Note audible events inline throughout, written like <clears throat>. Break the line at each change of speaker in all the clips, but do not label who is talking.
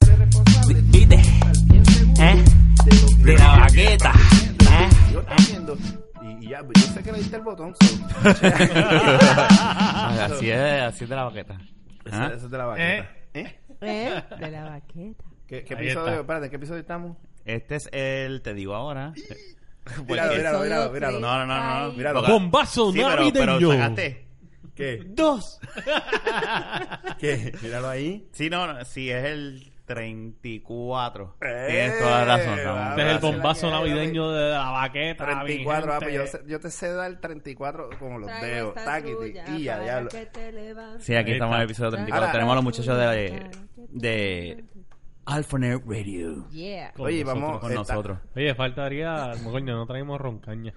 pues,
¿eh? <laughs> ¿Eh?
que le diste el botón.
<laughs> así, es, así es de la baqueta. ¿Ah?
Esa, esa es de la vaqueta. ¿Eh?
¿Eh? De la baqueta.
¿Qué, qué
Ahí
episodio?
está.
Espérate, ¿qué episodio
<laughs>
estamos?
Este es el, te digo ahora.
Míralo, míralo, míralo, míralo.
No, no, no, no. no.
Míralo.
Porque-
Bombazo
Sí, pero,
navideño.
pero sacaste.
¿Qué?
Dos.
<laughs> ¿Qué? Míralo ahí.
<laughs> Sí, no, no, sí, es el 34.
Eh,
Tienes toda la razón, Ramón.
Este es el
Abrazo.
bombazo navideño de la baqueta.
34,
mi
ah,
gente.
pues yo, sé- yo te sé dar 34 como los dedos. Taquiti, y ya, diablo.
Sí, aquí estamos
Ahí
en
está.
el episodio 34.
Ahora-
Tenemos a los muchachos de, de Alphanet Radio.
Yeah.
Con
Oye,
nosotros.
vamos.
Con
está-
nosotros.
Oye, faltaría. Coño, no traemos roncaña.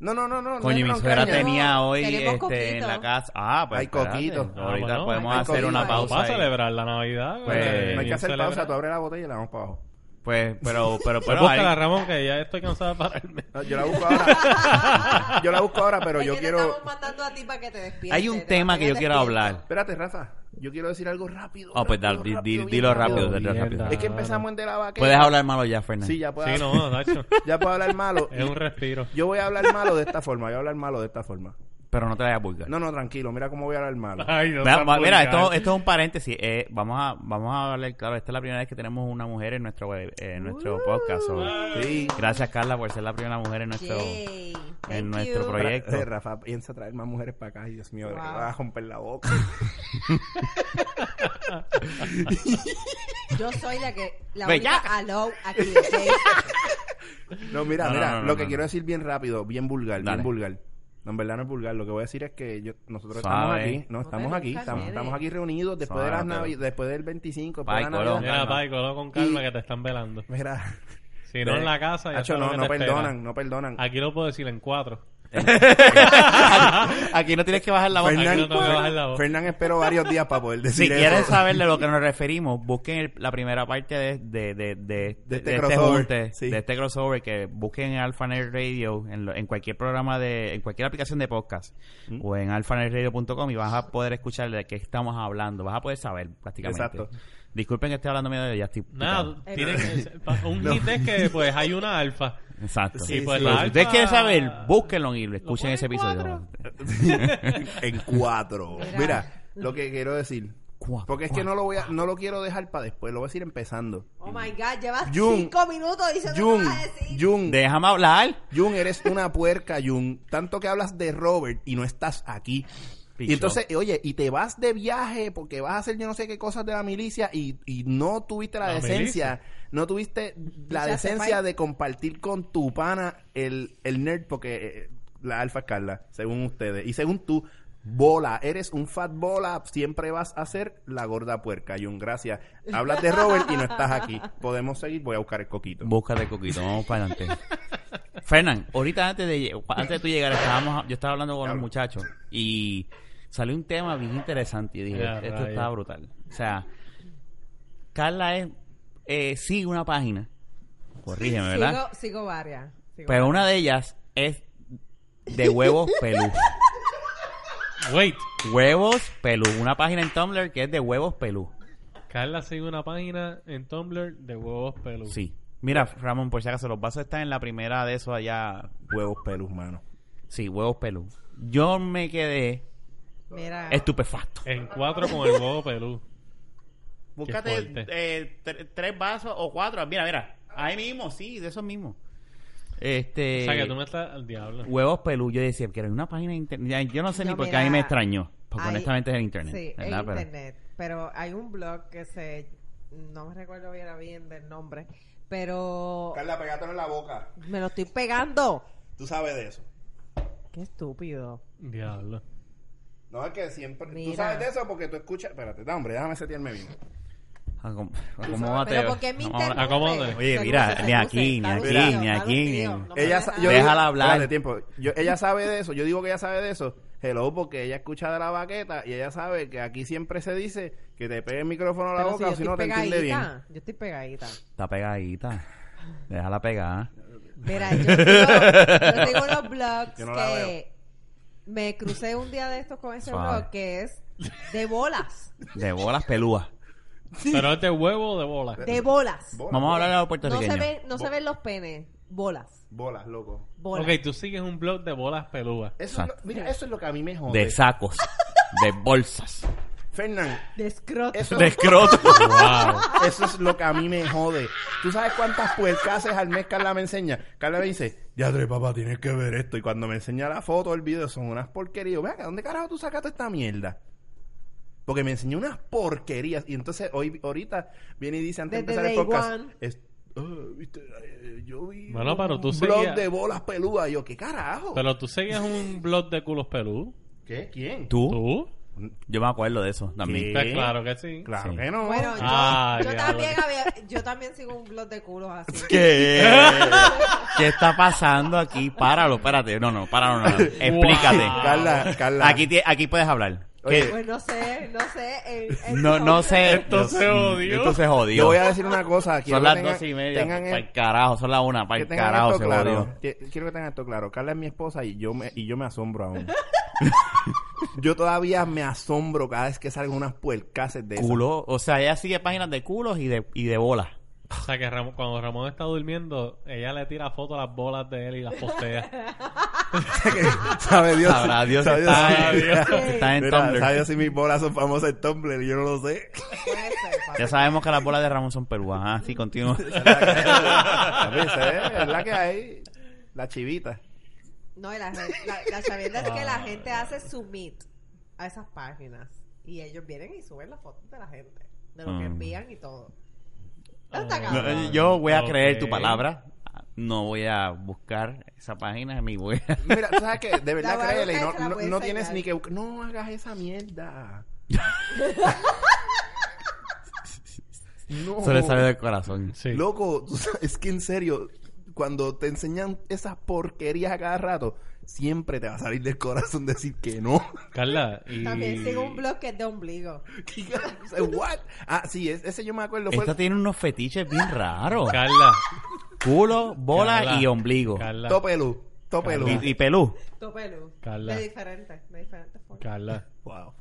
No, no, no, no. no
Coño,
es
mi
bronca,
suegra
ya.
tenía hoy
Tenemos
este, en
coquito.
la casa. Ah, pues.
Hay
espérate.
coquito.
No, Ahorita
Ah, bueno.
podemos
Hay
hacer
coquito.
una pausa.
Vamos a
ahí.
celebrar la Navidad.
Pues,
güey,
No hay
bien
que hacer
celebrar.
pausa, tú abres la botella y la vamos para abajo.
Pues, pero, pero,
Pues
pero.
búscala,
ahí-
Ramón, que ya estoy cansado de pararme.
No, yo la busco
<laughs>
ahora. yo la busco ahora, pero yo
Es que te
quiero.
estamos mandando a ti para que te despiertes.
Hay un
¿no?
tema que yo quiero
despiertes.
hablar.
Espérate, Rafa. Yo quiero decir algo rápido.
Ah, pues dale,
rápido,
di- di-
rápido,
dilo
bien
rápido,
rápido.
dilo rápido.
Es que empezamos en de la vaqueta.
Puedes hablar malo ya, Fernández.
Sí, ya puedo.
Sí, no, Nacho.
Ya puedo hablar malo.
Es un respiro.
Yo voy a hablar malo de esta forma. Voy a hablar malo de esta forma.
Pero no te vayas a vulgar.
No, no, tranquilo. Mira cómo voy a hablar
<laughs>
malo.
Ay, no
Mira,
seas
va- mira,
vulgar.
esto, esto es un paréntesis. Eh, vamos a vamos a hablar, claro, esta es la primera vez que tenemos una mujer en nuestro eh, en nuestro podcast. so-
Sí.
Gracias, Carla, por ser la primera mujer en nuestro
Yay. Thank
en nuestro
you.
proyecto. Correcto.
Eh, Rafa piensa traer más mujeres para acá. Ay, Dios mío,
Wow.
me vas a romper la boca.
Yo soy la que la
Bellaca.
única allow aquí. ¿ok?
No, mira,
No, no,
mira.
no, no,
lo
no,
que
no.
quiero decir bien rápido, bien vulgar,
Dale.
bien vulgar. No, en verdad no es vulgar. Lo que voy a decir es que yo- nosotros
Suave.
estamos aquí. No,
No
estamos
me
aquí.
buscas,
Estamos,
nene.
estamos aquí reunidos después de las
Suave,
navi-
pero-
después del 25, después
Bye,
de la Navidad.
Colón.
Mira, Pai, colo con calma que te están velando.
Mira.
Si no en la casa, ya
Hacho,
sabes lo
no,
que
no
te espera.
perdonan, no perdonan.
Aquí lo puedo decir en cuatro.
Aquí no tienes que bajar la voz.
Fernan-
Aquí no-
tengo que bajar la voz.
Fernán esperó varios días para
<laughs>
poder decir
Si
eso.
quieres saber de lo que nos referimos, busquen el- la primera parte de, de, de, de,
De este
de
crossover,
junte,
sí.
de este crossover, que busquen en AlphaNet Radio, en, lo- en cualquier programa de, en cualquier aplicación de podcast, o en alphanetradio.com y vas a poder escuchar de qué estamos hablando, vas a poder saber prácticamente.
Exacto.
Disculpen que esté hablando medio de ya estoy
Nada,
picado.
tiene que- pa- un hit es que pues hay una alfa.
Exacto. Sí,
Sí, pues
sí.
la
si ustedes
alfa-
quieren saber, búsquenlo y lo escuchen
ponen
ese episodio.
cuatro.
en cuatro.
Mira.
Mira, lo que quiero decir.
Cuatro,
Porque es que
cuatro.
no lo voy a, no lo quiero dejar para después, lo voy a decir empezando.
<laughs> Oh my god, llevas
Jun.
cinco minutos diciendo
Jun,
que vas a decir.
Jun,
Déjame hablar.
Jun, eres una puerca, Jun. Tanto que hablas de Robert y no estás aquí.
Picho.
Y entonces, oye, y te vas de viaje porque vas a hacer yo no sé qué cosas de la milicia y, y no tuviste la,
La
decencia, no tuviste la
Ya
decencia
sepa.
de compartir con tu pana el, el nerd porque eh, la alfa es Carla, según ustedes. Y según tú, bola, eres un fat bola, siempre vas a ser la gorda puerca, Jun. Gracias. Hablas de Robert y no estás aquí. Podemos seguir, voy a buscar el coquito.
Búscate coquito, vamos para adelante. Fernán, ahorita antes de, lle- antes de tú llegar, estábamos, yo estaba hablando con los muchachos y salió un tema bien interesante y dije,
Ya,
esto
rayos.
está brutal. O sea, Carla es, eh, sigue una página, corrígeme, ¿verdad?
Sigo, sigo varias. sigo
Pero una de ellas es de huevos pelú.
Wait,
huevos pelú, una página en Tumblr que es de huevos pelú.
Carla sigue una página en Tumblr de huevos pelú.
Sí. Mira, Ramón, por si acaso, los vasos están en la primera de eso allá.
Huevos pelus, mano.
Sí, huevos pelú. Yo me quedé
varias. Mira.
estupefacto.
En cuatro con el huevo pelú.
Búscate
fuerte.
eh, tre- tres vasos o cuatro. Mira, mira. Ahí mismo, sí, de esos mismos. Este.
O sea que tú me estás al diablo.
Huevos pelú. Yo decía que era una página de internet. Yo no sé ni
No,
por qué
mira,
a mí me extrañó. Porque
hay-
honestamente es el internet.
Sí, es
¿verdad? Pero-
internet. Pero hay un blog que se. No me recuerdo bien, bien del nombre. Pero.
Carla, pegátelo en la boca.
Me lo estoy pegando.
Tú sabes de eso.
Qué estúpido.
Diablo.
No, es que siempre... Tú
Mira.
sabes de eso porque tú escuchas... Espérate, da, hombre, déjame setearme bien.
Acom- acomódate.
Pero porque mi
Acomódate.
internet.
acomódate.
Oye, mira, ni aquí, ni aquí, ni aquí, ni-
Ella, sa- yo
Déjala
digo-
hablar.
Espérate, tiempo. Yo- ella sabe de eso. Yo digo que ella sabe de eso. Hello, porque ella escucha de la baqueta y ella sabe que aquí siempre se dice que te pegue el micrófono a la boca o si no te entiende bien.
Yo estoy pegadita.
Está pegadita. Déjala pegar.
Mira, yo sigo, yo sigo unos blogs
Yo no la
que me crucé un día de estos con ese
Suave.
blog que es de bolas.
De bolas pelúas.
Pero es de huevo o de bola.
De bolas.
Bola,
Vamos a hablar a los
No se,
puertorriqueños.
ven, no se ven los penes. bolas.
Bolas, loco.
Bolas.
Ok, tú sigues un blog de bolas pelúas.
<laughs>
Eso es lo-
Exacto.
mira, eso es lo que a mí me jode.
De sacos. De bolsas.
Fernán,
De escroto.
eso,
<laughs> De escroto.
<laughs> Wow.
eso es lo que a mí me jode. ¿Tú sabes cuántas puercases al mes Carla me enseña? Carla me dice, ya André, papá, tienes que ver esto. Y cuando me enseña la foto, el video, son unas porquerías. Vea, ¿dónde carajo tú sacaste esta mierda? Porque me enseñó unas porquerías. Y entonces hoy, ahorita, viene y dice antes de empezar
Desde
el
day
podcast.
one.
es- "Ah, viste, eh, yo vi
Bueno, pero tú
un blog
seguías-
de bolas peludas. Y yo, ¿qué carajo?
Pero tú seguías un blog de culos pelú.
¿Qué? ¿Quién?
¿Tú?
¿Tú?
Yo me acuerdo de eso también.
Sí.
Pues claro que sí.
Claro
Sí.
que no.
Bueno, yo,
Ah,
yo
diablo.
también había- yo también sigo un blog de culos
<laughs>
así.
¿Qué? ¿Qué está pasando aquí? Páralo, párate. No, no, páralo, no. no. Explícate.
Wow.
Carla, Carla.
Aquí, ti- aquí puedes hablar.
Oye,
Pues no sé, no sé. eh, eh,
No, no sé.
Esto
Dios
se
mío,
odió.
Esto se jodió.
Yo voy a decir una cosa. Quiero
Son
que
las
tengan-
dos y media.
tengan
Para
el-
el carajo, son las una. Para
que
el
tengan
carajo,
esto
se
claro.
jodió.
Que- Quiero que tengan esto claro. Carla es mi esposa y yo me, y yo me asombro aún. <laughs> yo todavía me asombro cada vez que salgan unas puercases de esas.
Culo. O sea, ella sigue páginas de culos y de, y de bolas.
O sea que Ramón- cuando Ramón está durmiendo, ella le tira foto a las bolas de él y las
<laughs>
postea.
Sabe Dios.
Sabrá Dios si
sabe
está,
Dios.
si está en
Mira,
Tumblr.
sabe Dios si mis bolas son famosas en Tumblr. Yo no lo
<laughs>
sé.
puede ser, papá.
Ya sabemos que las bolas de Ramón son peruanas. Así continúa.
A veces, ¿eh? es la que hay. La chivita.
No, y la, gente- la, la chavienda es
Ah.
que la gente hace submit a esas páginas y ellos vienen y suben las fotos de la gente, de lo que
Ah.
Mm.
envían y todo. No está
No,
cabrón.
No, eh, yo voy a
Ah, Ok.
creer tu palabra. No voy a buscar esa página en mi web.
Mira, tú sabes que de verdad
La voy a
créele, y no,
buscar, se la
no,
puedes
no tienes
enseñar.
ni que buscar. No hagas esa
<laughs>
mierda. no.
Eso le sale del corazón.
Sí.
Loco, <laughs> tú sabes, es que en serio, cuando te enseñan esas porquerías a cada rato, siempre te va a salir del corazón decir que no. <laughs>
Carla, y...
También sigo un blog que es de ombligo.
O sea, What? Ah, sí, es- ese yo me acuerdo fue
Esta tiene unos fetiches bien raros.
Carla,
Culo, bola
Carla.
y ombligo.
Carla,
Topelu, Topelu.
Y, y pelú.
Topelu.
Carla.
De diferentes, de diferentes formas.
Carla,
Wow.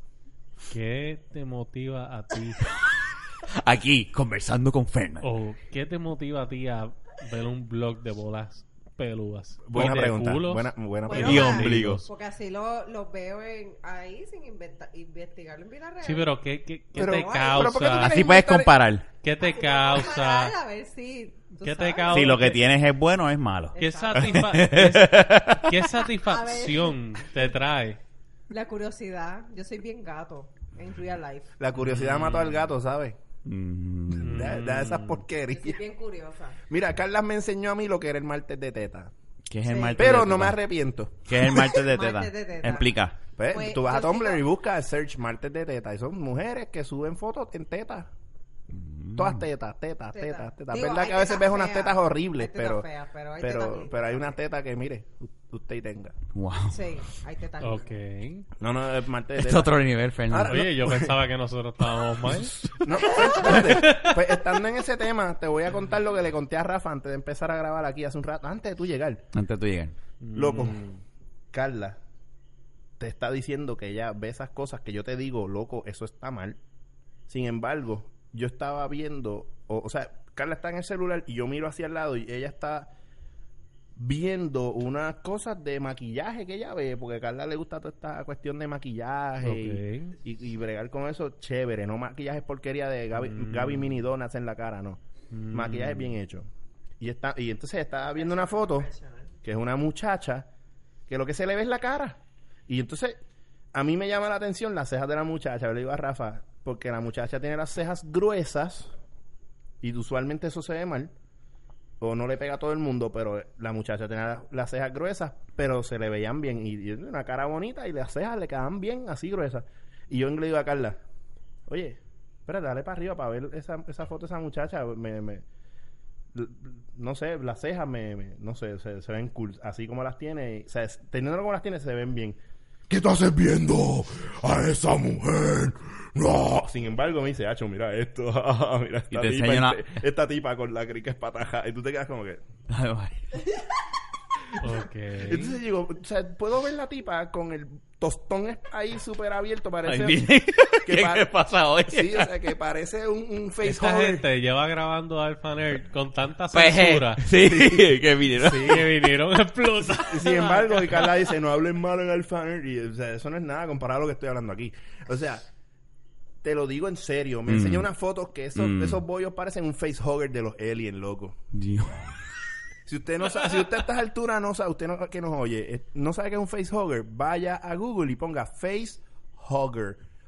¿qué te motiva a ti? <laughs>
Aquí, conversando con Fernando.
¿O qué te motiva a ti a ver un blog de bolas peludas?
Buena
¿De
pregunta.
culos?
Buena, buena
Bueno,
pregunta.
Y
ah,
ombligos.
Porque así lo- los veo en, ahí sin inventa- investigarlo en vida real.
Sí, pero ¿qué, qué, qué
Pero,
te
ay, pero ¿por qué tú
causa?
tienes-
Así puedes comparar.
¿Qué te
Comparar,
causa?
A ver si. tú
¿Qué te
sabes.
Ah,
causa?
Si lo que tienes es bueno, es malo.
¿Qué,
Exacto.
<laughs>
satisfa- qué- qué satisfacción te trae?
La curiosidad. Yo soy bien gato en real life.
La curiosidad mató al gato, ¿sabes?
Mm.
Da, da esas
Yo soy
porquerías.
bien curiosa.
<laughs> Mira, Carla me enseñó a mí lo que era el martes de teta.
¿Qué es el
Sí.
martes
Pero
de
no me
teta?
arrepiento.
¿Qué es el martes
<laughs>
de
Martes de
teta?
teta.
Explica.
Pues,
Pues,
tú vas a
yo
Tumblr
sigo-
y buscas search martes de teta. Y son mujeres que suben fotos en tetas. Todas tetas, tetas,
Teta.
tetas, tetas. Es
Digo,
verdad
hay
que a veces
tetas
ves unas
feas,
tetas horribles,
hay tetas
pero,
feas, pero hay
pero,
tetas lindas
pero hay una teta que, mire, u- usted y tenga.
Wow.
<laughs>
Sí, hay tetas.
Ok.
No, no, es martes de
Este es
teta.
otro nivel, Fernando.
Ahora-
Oye, yo pensaba que nosotros estábamos
<laughs>
mal.
No, espérate. pues estando en ese tema, te voy a contar lo que le conté a Rafa antes de empezar a grabar aquí hace un rato, antes de tú llegar.
Antes de tú llegar.
Loco, Carla te está diciendo que ella ve esas cosas que yo te digo, loco, eso está mal. Sin embargo, yo estaba viendo, o, o sea, Carla está en el celular y yo miro hacia el lado y ella está viendo unas cosas de maquillaje que ella ve, porque a Carla le gusta toda esta cuestión de maquillaje
Ok.
y, y- y bregar con eso, chévere, no maquillaje porquería de Gaby, Gaby Mini Donuts en la cara, no. Maquillaje bien hecho. Y, está, y entonces estaba viendo una foto que es una muchacha, que lo que se le ve es la cara. Y entonces, a mí me llama la atención las cejas de la muchacha, yo le digo a Rafa, porque la muchacha tiene las cejas gruesas y usualmente eso se ve mal, o no le pega a todo el mundo, pero la muchacha tenía las, las cejas gruesas, pero se le veían bien, y, y una cara bonita y las cejas le quedaban bien, así gruesas. Y yo le digo a Carla, oye, espérate, dale para arriba para ver esa, esa foto de esa muchacha, me- me, l- no sé, las cejas me, me- no sé, se, se ven cool, así como las tiene, o sea, es- teniendo como las tiene se ven bien.
¿Qué estás viendo a esa mujer? No.
Sin embargo, me dice, "Acho, mira esto, <laughs> mira esta
Y te
tipa,
enseña
este- esta tipa con la crica espataja." Y tú te quedas como que,
Ok.
Entonces digo, o sea, puedo ver la tipa con el tostón ahí súper abierto, parece...
Ay,
que
<laughs> ¿Qué,
pa-
qué pasa hoy?
Sí, o sea, que parece un, un face
Esta
hugger.
gente lleva grabando Alpha Nerd con tanta
Pues, eh,
censura
sí, <laughs> que vinieron.
que vinieron
<laughs>
a explotar.
Y sin embargo, y Carla dice, no hablen mal en Alfaner. Y o sea, eso no es nada comparado a lo que estoy hablando aquí. O sea, te lo digo en serio. Me
Mm.
enseñó unas fotos que esos,
Mm.
esos bollos parecen un facehugger de los aliens, loco.
Dios.
Si usted no sabe, si usted a estas alturas no sabe, usted no, que nos oye, eh, no sabe qué es un facehugger, vaya a Google y ponga facehugger.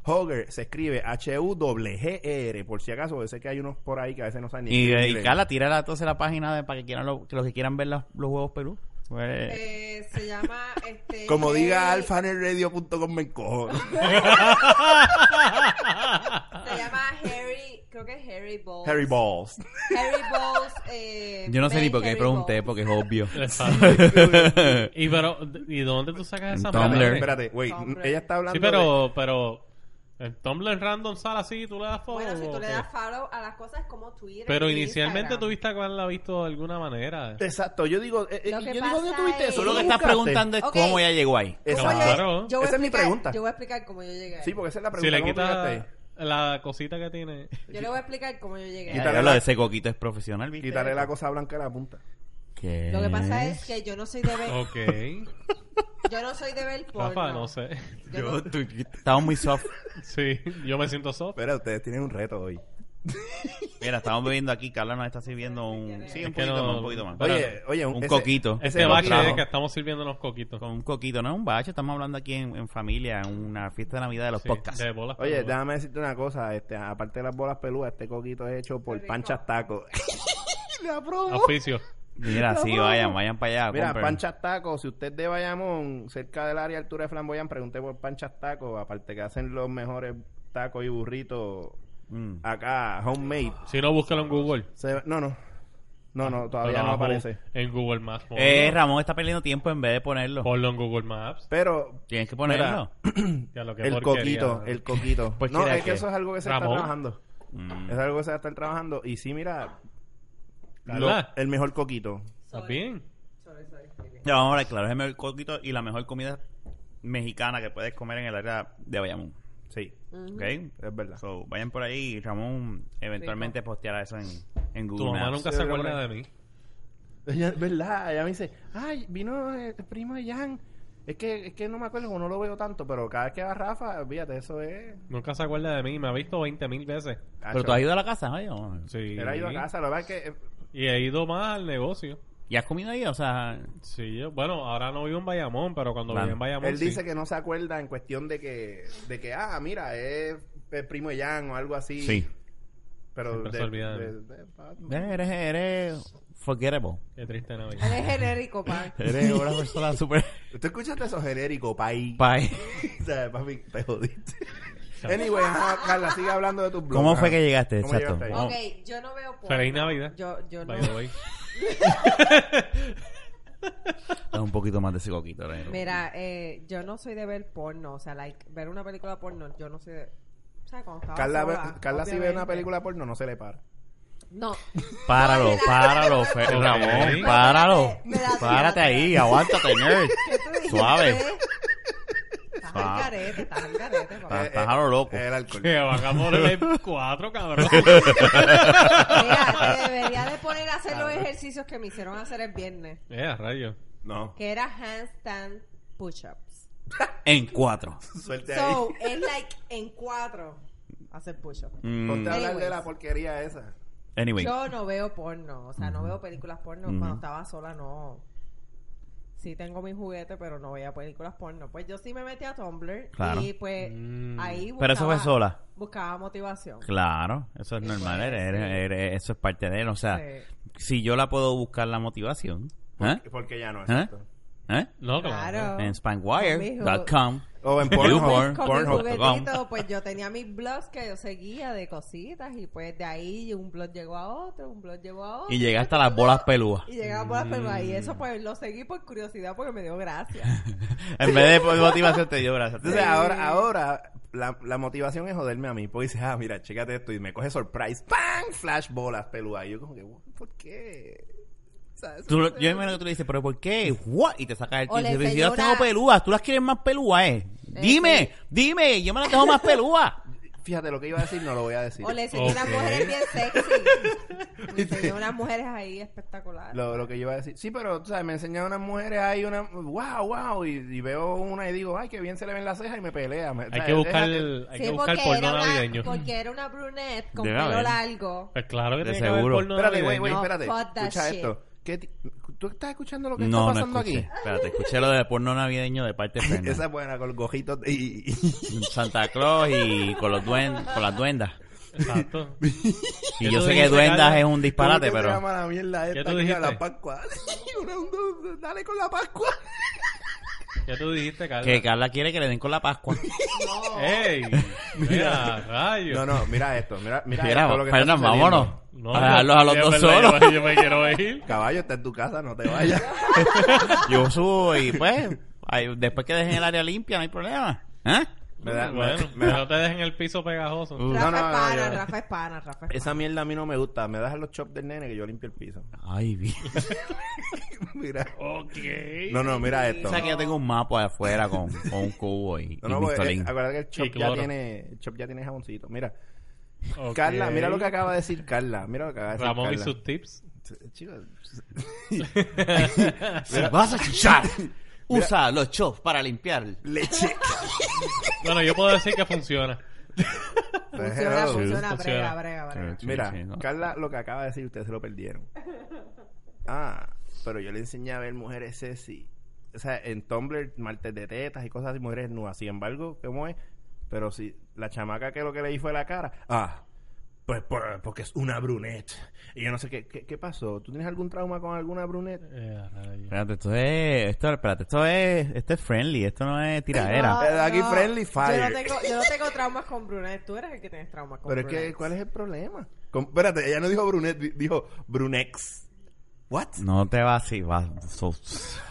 Hugger se escribe H-U-G-G-E-R, E por si acaso, yo sé que hay unos por ahí que a veces no saben ni
Y, eh,
escribir.
y Carla, tira la, entonces la página de- para que quieran lo- que los que quieran ver las- los Juegos Perú. Pues,
Eh, se llama este
Como diga
Hey-
alfanerradio.com me encojo.
Se llama Harry, creo que es Harry Balls.
Harry Balls.
Harry Balls. eh,
yo no sé
Ben
ni por qué
Harry
pregunté,
Balls.
porque es <laughs> obvio.
y pero, ¿y dónde tú sacas
En
esa
Tumblr.
Espérate, Espérate,
madre?
wait.
Tumblr.
Ella está hablando.
Sí,
de-
pero, pero en Tumblr random sale así y tú le das follow.
Bueno, si
¿o
tú le
qué?
das follow a las cosas es como Twitter.
Pero
y
inicialmente
Instagram.
tuviste a Juan la visto de alguna manera.
Exacto, yo digo. eh, eh,
Lo que
yo digo, ¿dónde
pasa
tuviste
es-
eso?
Tú lo que
¿Dónde
estás
buscaste?
preguntando es
Ok.
cómo ella llegó ahí.
¿Cómo
Exacto.
Claro.
yo- yo voy a
Esa es mi
explicar-
pregunta.
Yo voy a explicar cómo yo llegué.
Sí, porque esa es la pregunta.
Si le
¿cómo
quitas
llegaste ahí?
la cosita que
<laughs>
tiene.
Yo le voy a explicar cómo yo llegué.
Ya,
Quítale
ya
la-
lo de ese coquito es profesional, ¿viste?
Quitaré la cosa blanca de la punta.
¿Qué?
Lo que pasa es que yo no soy de ver,
Ok.
yo no soy de ver porno.
Rafa, no sé. <laughs>
Yo no-
Estamos muy soft.
Sí, yo me siento soft.
Pero ustedes tienen un reto hoy.
Mira, estamos bebiendo aquí. Carla nos está sirviendo un... Sí, un
Es que
poquito
no-
más, un poquito más.
Oye, oye,
un
ese-
coquito.
ese
Este bache
coquito-
es que estamos sirviendo unos coquitos.
Con un coquito, no es un bache. Estamos hablando aquí en, en familia, en una fiesta de Navidad de los
Sí,
podcasts.
de bolas
Oye,
peludas.
déjame decirte una cosa. Este, aparte de las bolas peludas, este coquito es hecho por
Qué rico.
Panchas <laughs>
<laughs>
Taco. Le aprobo.
Auspicio.
Mira, sí, vayan, vayan para allá.
Mira,
compren.
Panchas Taco, si usted es de Bayamón, cerca del área altura de Flamboyán, pregunte por Panchas Taco. Aparte que hacen los mejores tacos y burritos
Mm.
acá, homemade.
Si no, búscalo en Google.
Se- no, no. No, no, todavía
Pero
no
abajo,
aparece.
En Google Maps. ponlo.
Eh, Ramón está perdiendo tiempo en vez de ponerlo.
Ponlo en Google Maps.
Pero
Tienes que ponerlo.
Ya lo que
el
porquería.
coquito, el coquito. no,
Porquería
es que
que-
eso es algo que se está
Ramón.
trabajando.
Mm.
Es algo que se va a estar trabajando. Y sí, mira, lo-
¿Verdad?
el mejor coquito.
¿Estás bien?
Sorry, sorry, sorry.
Ya, vamos a hablar, claro, es el mejor coquito y la mejor comida mexicana que puedes comer en el área de Bayamón.
Sí,
¿Ok?
es verdad.
So, vayan por ahí y Ramón eventualmente posteará eso en, en
Tu
Google
mamá
Maps.
nunca
Sí,
se
yo creo
acuerda de mí.
Ella- es verdad, ella me dice, ay, vino el primo de Jan. Es que, es que no me acuerdo, no lo veo tanto, pero cada vez que va Rafa, fíjate, eso es...
Nunca se acuerda de mí. Me ha visto 20 mil veces.
Pero tú has ido a la casa, oye. o-
Sí.
Él ha ido a casa, la verdad es que... eh,
Y he ido más al negocio.
¿Y has comido ahí? O sea,
Sí, yo, bueno, ahora no vivo en Bayamón, pero cuando
Claro.
viví en Bayamón.
Él
sí.
dice que no se acuerda en cuestión de que, de que ah, mira, es el primo de Jan o algo así.
sí.
Pero
Siempre
de-
se olvidan.
de- ah, de-
Eres, eres forgettable.
Qué triste Navidad.
Él es
<laughs>
genérico, pa.
Eres una <laughs> persona súper...
¿Tú escuchaste eso genérico, país?
Bye.
<laughs> O sea, papi, te jodiste. anyway, ajá, Carla, sigue hablando de tus blogs.
¿Cómo
ajá.
fue que llegaste?
¿Cómo
Exacto.
llegaste ahí?
Vamos.
Ok, yo no veo porno.
Feliz Navidad.
Yo, yo no.
By the way.
Dame un poquito más de ese coquito. ahora mismo.
Mira, eh, yo no soy de ver porno. O sea, like, ver una película porno, yo no soy de. O sea, cuando estaba
Carla,
sola,
ve- Carla si ve una
Ah, obviamente.
película porno, no se le para. <laughs>
No.
Páralo, páralo, Fe-
Ok.
Ramón, páralo.
Me da- me da-
Párate ahí, aguántate, nerd.
¿Qué tú dijiste?
Suave.
Estás
Ah.
al garete, estás al garete, papá.
Ah, pájaro loco.
Eh, El alcohol.
Que van a ponerle
<laughs>
cuatro, cabrón. <laughs>
Mira, te debería de poner a hacer los ejercicios que me hicieron hacer el viernes,
Eh, rayo.
No.
que era handstand push-ups.
En cuatro.
Suelte
So,
ahí.
es like en cuatro hacer push-ups.
Mm,
Ponte a hablar de
Anyways.
la porquería esa.
¿Eh? Anyway.
Yo no veo porno, o sea, no veo películas porno.
Ujú.
Cuando estaba sola, no. Sí tengo mis juguetes, pero no veía películas porno. Pues yo sí me metí a Tumblr
Claro.
y pues
Mm.
ahí buscaba,
Pero eso fue sola.
buscaba motivación.
Claro, eso es
Sí,
normal.
puede
eres-
ser.
eres- eres- eso es parte de él. O sea,
Sí.
si yo la puedo buscar la motivación. ¿eh?
Porque ya no, exacto.
¿Eh?
No, claro.
Claro. Pues,
En spanwire.com.
O en
Newborn.
porno.
Con
Pornhub.
mi juguetito, pues yo tenía mis blogs que yo seguía de cositas y pues de ahí un blog llegó a otro, un blog llegó a otro.
Y llegué hasta las bolas pelúas.
Y llegaba por la enfermedad y eso pues lo seguí por curiosidad porque me dio gracia.
En vez de por motivación te dio gracias.
Entonces ahora, ahora la, la motivación es joderme a mí. Porque dices, ah, mira, chécate esto. Y me coge surprise. ¡Pam! Flash bolas peludas. Y yo como que, "What? ¿por qué?
O sea, eso
Tú lo-
no sé.
yo me imagino que tú le dices, pero ¿por qué? ¿What? Y te sacas el
O
tío. Si
le
yo las
enseñó
tengo
una-
pelúas, tú las quieres más pelúas, ¿eh? Dime, dime, yo me las tengo más pelúas.
Fíjate, lo que iba a decir no lo voy a decir.
O le enseñó unas
Ok.
mujeres bien
<laughs>
sexy. Me enseñó unas mujeres ahí espectaculares.
Lo, lo que yo iba a decir. Sí, pero, tú sabes, me enseñan unas mujeres ahí, una... ¡Wow, wow! Y, y veo una y digo, ¡ay, qué bien se le ven las cejas! Y me pelea. Me-
Hay
o
que
sea,
buscar,
deja que-
hay que
Sí,
buscar
porque
porno
era una-
navideño.
Porque era una brunette con
Debe
pelo
haber.
largo.
Pues claro que
De
tiene que haber
seguro.
porno
Espérate, güey, güey,
navideño.
espérate.
Fuck that
Escucha
shit.
esto. ¿Qué ti- ¿Tú estás escuchando lo que
No,
está
no
pasando
escuché.
aquí?
Espérate, escuché lo de porno navideño de parte de Fernan.
Esa es buena, con gojitos y, y-
Santa Claus y con, los duen- con las duendas. <laughs>
Exacto.
Y
¿Qué
yo
tú
sé que
dijiste,
duendas
Carlos?
es un disparate,
¿Cómo que se
pero...
llama la mierda esta
¿Qué tú
que lleva
dijiste?
la Pascua? <laughs> Una, un, dos, dale con la Pascua.
Ya tú dijiste, Carlos.
Que Carla quiere que le den con la
<laughs>
Pascua.
¡Ey!
<laughs>
Mira, rayos.
No, no, mira esto. Mira, mira,
Mira,
esto lo que está
Fernan,
sucediendo.
vámonos.
No,
Para dejarlos a los
yo-
dos
yo-
solos.
Yo, yo me quiero ir.
Caballo, está en tu casa, no te vayas.
<laughs>
Yo subo y pues, ahí- después que dejen el área limpia, no hay problema. ¿Eh?
Me da- me-
bueno,
me da-
no te dejen el piso pegajoso.
Uh.
Rafa
No, no,
es
no,
pana,
yo-
Rafa es pana, Rafa es
Esa mierda a mí no me gusta. Me dejas los chops del nene que yo limpio el piso.
Ay, bien.
<laughs> Mira.
Ok.
No, no, mira eh, esto.
O sea que yo tengo un mapa de afuera con, con un cubo y,
No,
y
no, porque, eh,
pistolín.
acuérdate que el chop,
Y
ya
cloro.
tiene, el chop ya tiene jaboncito. Mira,
Ok.
Carla, mira lo que acaba de decir Carla. Mira lo que acaba de decir
Ramón y
Carla.
sus tips.
Chicos,
Si vas a chichar,
<laughs>
usa los chops para limpiar.
leche.
Bueno, yo puedo decir que funciona.
Funciona, funciona,
Sí,
brega,
funciona.
brega, brega.
Sí,
Mira,
sí, no.
Carla, lo que acaba de decir, ustedes se lo perdieron. Ah, pero yo le enseñé a ver mujeres sexy. O sea, en Tumblr, martes de tetas y cosas así, mujeres nuevas. Sin embargo, ¿cómo es? Pero si la chamaca que lo que le di fue la cara. Ah, pues por- porque es una brunette. Y yo no sé qué, qué, qué pasó. ¿Tú tienes algún trauma con alguna brunette?
Eh, rayos.
Espérate, esto es, esto, espérate, esto es, esto es friendly, esto no es tiradera.
Pero aquí friendly
Yo
fire.
no, tengo, yo no tengo traumas con brunette. Tú eres el que tienes traumas con
Pero es
brunette.
que, ¿cuál es el problema? Con- espérate, ella no dijo brunette, di- dijo brunex.
<laughs>
¿What?
No te vas y vas. so-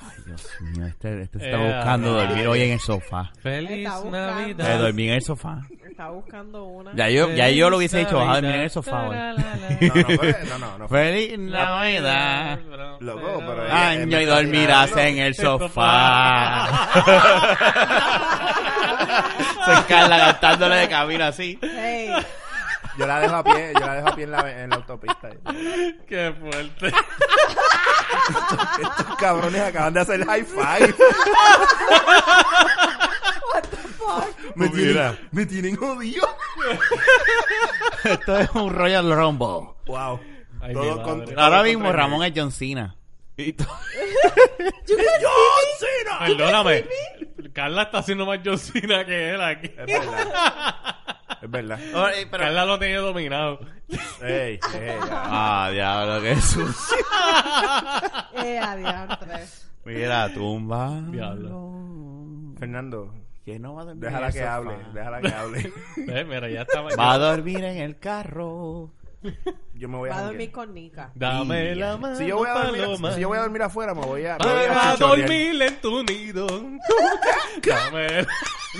ay, Dios mío, este, este se está
Eh,
buscando
eh.
dormir hoy en el sofá.
Feliz
Está buscando.
Eh,
Navidad.
dormir en el sofá.
Estaba buscando una.
Ya yo, ya yo lo hubiese
Feliz
dicho, vas a dormir
Navidad.
en el sofá
<laughs>
hoy.
No, no, pero- no, no, no.
<laughs> Feliz Navidad.
Loco, pero-
Año y dormirás en el sofá. <laughs> Se Carla cantándole de camino así.
Hey,
Yo la dejo a pie, yo la dejo a pie en la, en la autopista.
Qué fuerte. <laughs>
Estos cabrones acaban de hacer high five. Me
Mira.
tienen, me tienen jodido.
Esto es un Royal Rumble.
Wow.
Ay, mi
Todo
madre.
contra-
Ahora
todo
mismo
contra
Ramón
mí.
es John Cena. Y to-
¡John Cena!
Perdóname. Carla está haciendo más John Cena que él aquí.
Es verdad. Es verdad.
Ahora, eh, pero-
Carla lo tiene dominado.
Ey, ey, ya.
Ah, diablo, qué sucio.
eh, adiantre.
Mira, tumba.
Diablo. Fernando,
Que no va a dormir en
déjala
el
que
sofá.
hable, déjala que hable.
Eh, mira, ya está.
Va a dormir en el carro.
Yo me voy a
Va a
janguear.
dormir con Nika.
Dame la mano.
Si yo voy a dormir,
paloma.
si yo voy a dormir afuera, me voy a me voy
Para
chinchonear.
dormir en tu
<laughs>
nido. Dame la-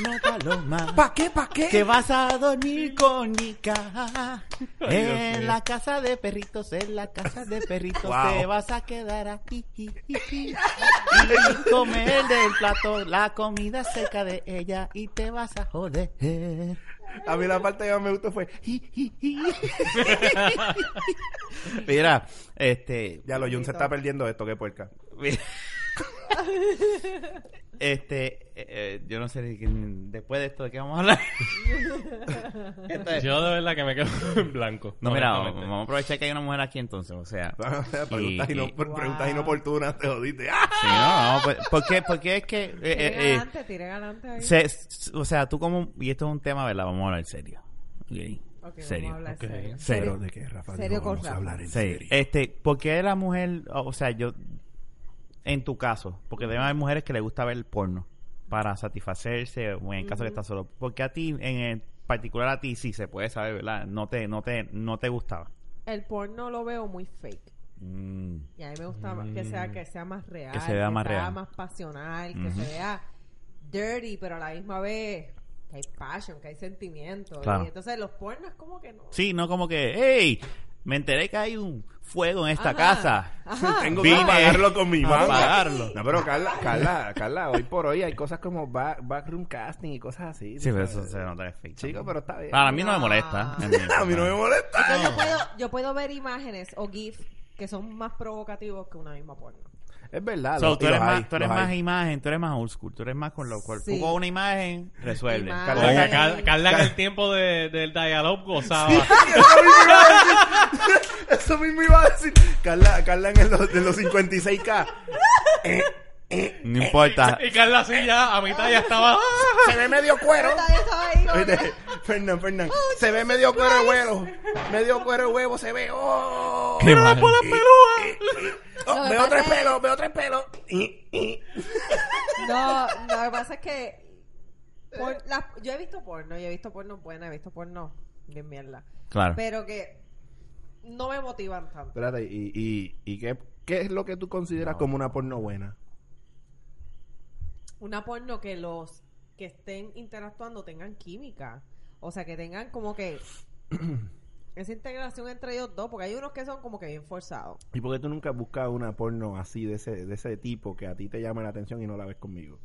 No, paloma.
¿Pa qué? ¿Pa qué?
Que vas a dormir con Nika
Dios
En
mío.
la casa de perritos, en la casa de perritos
Wow.
Te vas a quedar aquí Y comer del plato la comida seca de ella Y te vas a joder
A mí la parte que más me gustó fue "Ji, ji, ji".
Mira, este
Ya lo Jun se está perdiendo esto, qué puerca.
Mira. <laughs> Este, eh, eh, yo no sé de qué- después de esto de qué vamos a hablar. <laughs> Esto es-
<laughs> Yo de verdad que me quedo en blanco.
<laughs> No, mira,
honestamente.
vamos a aprovechar que hay una mujer aquí entonces, o sea.
<laughs> preguntas,
y-
ino-
y-
por- preguntas
Wow.
inoportunas, te jodiste. <laughs> ¡Ah!
Sí, no, no, pues, ¿por qué, por qué es que... eh,
Tire
eh, eh,
adelante, tire adelante ahí.
se- s- o sea, tú como... Y esto es un tema, ¿verdad? Vamos a hablar serio. Okay.
Ok,
serio.
vamos a hablar
Ok.
serio.
Serio.
de qué, Rafa?
Serio con Rafa.
en
Sí. Este, ¿por qué la mujer... O sea, yo... En tu caso, porque deben haber mujeres que les gusta ver el porno para satisfacerse o en el caso que estás solo. Porque a ti, en el particular a ti, sí se puede saber, ¿verdad? No te, no te, no te gustaba.
El porno lo veo muy fake.
Mm.
Y a mí me gusta más- que sea que sea más real,
Que se vea más
sea
real.
más pasional, que se
Ujú.
vea dirty, pero a la misma vez que hay passion, que hay sentimiento.
Claro.
Y entonces los pornos como que no.
Sí, no como que, hey, me enteré que hay un fuego en esta
Ajá,
casa.
<laughs> Ajá.
Tengo
Vine
que apagarlo con mi
a
mano.
apagarlo.
No, pero Carla, Carla, Carla, hoy por hoy hay cosas como ba- backroom casting y cosas así.
Sí,
¿tú
pero eso
sabes?
se nota en Facebook.
Chico, pero está bien.
Para mí no me
<laughs>
molesta.
A mí no me molesta.
Entonces
Ah.
yo puedo, yo puedo ver imágenes o GIF que son más provocativos que una misma
<laughs>
porno.
Es verdad.
So,
los-
tú
y
eres,
los hay,
más, tú eres
los hay.
más imagen, tú eres más old school, tú eres más con lo cual.
Sí.
Tú con una imagen, resuelve.
Imagen.
Con-
Oye,
Oye,
Ay.
Carla, Carla en el tiempo de- del dialogue gozaba. <laughs>
<laughs> Eso mismo iba a decir. Carla, Carla en el- de los 56K.
No <laughs> importa.
Y Carla así ya, a mitad ya estaba.
Se ve medio cuero.
Yo todavía estaba ahí como
<laughs>
que-
Oíste, Fernan, Fernan. Se ve medio cuero de huevo. Medio cuero de huevo se ve. ¡Oh!
mal.
Oh,
Lo que
veo
pasa
tres
es-
pelos, veo tres pelos.
No, lo que pasa es que por- la- yo he visto porno, y he visto porno buena, he visto porno bien mierda,
Claro.
pero que no me motivan tanto.
Espérate, ¿y, y, y qué, qué es lo que tú consideras como una porno buena?
Una porno que los que estén interactuando tengan química, o sea, que tengan como
<clears throat>
que esa integración entre ellos dos, porque hay unos que son como que bien forzados.
¿Y por qué tú nunca has buscado una porno así de ese, de ese tipo que a ti te llama la atención y no la ves conmigo?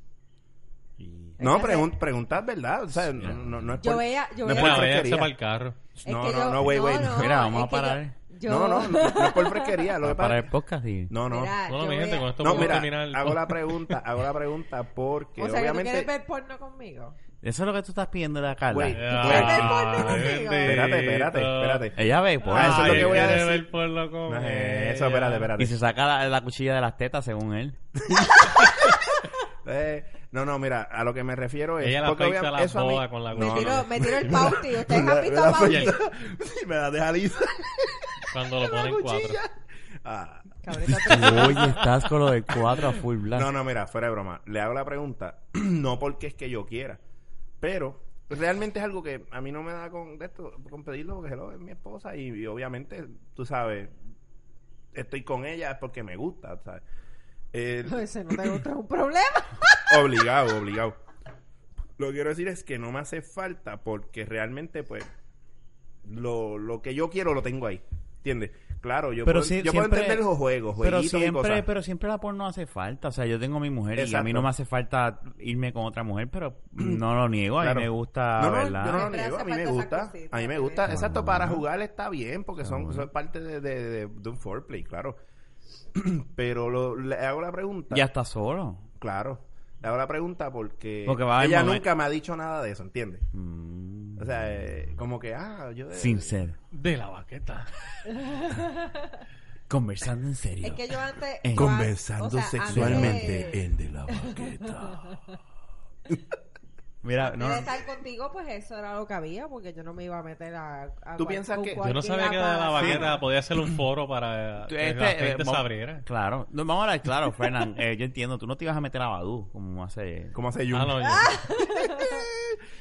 No,
Es que
pregun preguntad verdad. O sea, no, no, no es
Yo
por-
veía, yo
No es
veía-
por
"Ah, Mira, véanse
fresquería.
para el carro.
es
No,
que
no,
yo-
no, wait, wait.
Mira, vamos
es
a
que yo-
parar.
yo-
No, no, no, no es por fresquería. Lo que pasa-
Para el podcast y...
No, no.
Mira,
No, no,
yo
mi gente,
veía-
con esto
No,
podemos
mira,
terminar el
hago la pregunta, hago la pregunta porque
O sea, que tú
obviamente...
quieres ver porno conmigo.
Eso es lo que tú estás pidiendo a Carla.
Wait.
Ah,
Ay,
bendito.
Espérate, espérate, espérate.
Ella ve, pues, por
Ah,
eso.
eso es lo que voy a
quiere
decir.
ver porno con
No, eh,
ella.
eso, espérate, espérate.
Y se saca la, la cuchilla de las tetas, según él.
Eh, no, no, mira, a lo que me refiero es...
Ella la
porque
afecta
obvia-
la
eso a mí-
boda con la
No,
Me,
no,
tiro,
no.
me tiro el pauti. ¿Ustedes
<laughs> Me
han
la-
visto
me la
pauti?
afecta- <laughs> Sí, me la deja
<laughs>
lisa.
Cuando lo ponen cuatro.
Ah.
Cabrita,
Oye, estás con lo de cuatro a full blast.
No, no, mira, fuera de broma. Le hago la pregunta, <clears throat> no porque es que yo quiera, pero realmente es algo que a mí no me da con, de esto, con pedirlo porque hello, es mi esposa y, y obviamente, tú sabes, estoy con ella porque me gusta, ¿sabes? Eh,
tú- <laughs> Ese no te gusta es un problema.
obligado, obligado. Lo que quiero decir es que no me hace falta porque realmente, pues, lo, lo que yo quiero lo tengo ahí. ¿Entiendes? Claro, yo,
Pero
puedo,
sí,
yo puedo
siempre-
entender los juegos,
Pero
jueguitos y
siempre,
cosas.
pero siempre la porno hace falta. O sea, yo tengo a mi mujer y a mí
Exacto.
no me hace falta irme con otra mujer, pero no lo niego. A
Claro.
mí me gusta,
No, no,
Ah, ¿verdad?
yo no lo
Siempre
niego,
hace
a mí me
falta esa
gusta.
cosita,
A mí me
sí.
gusta, exacto,
Ajá.
para jugar está bien, porque son,
Seguro.
son parte de, de- de- de un foreplay, claro. <clears throat> Pero lo- le hago la pregunta.
Ya está solo.
Claro. Le hago la pregunta porque,
Porque va a haber
ella
momen-
nunca me ha dicho nada de eso, ¿entiendes?
Mm,
O sea, eh, como que, ah, yo... de-
sin ser.
De la baqueta.
Conversando en serio.
Es que yo antes.
Eh.
yo
Conversando
an- o sea, antes
sexualmente
de-
el de la baqueta.
Mira, no,
De estar contigo, pues eso era lo que había, porque yo no me iba a meter a. a
¿Tú
cual-
piensas
con
que- Yo no
Yo no
cualquiera
sabía que de la
para-
baqueta podía ser un foro para
Tú,
que
este,
la
eh,
gente se
vamos-
abriera.
Claro, no, vamos a hablar claro,
<laughs>
Fernán. Eh, yo entiendo, tú no te ibas a meter a Badu como hace.
¿Cómo hace Jun?
Ah, no, yo-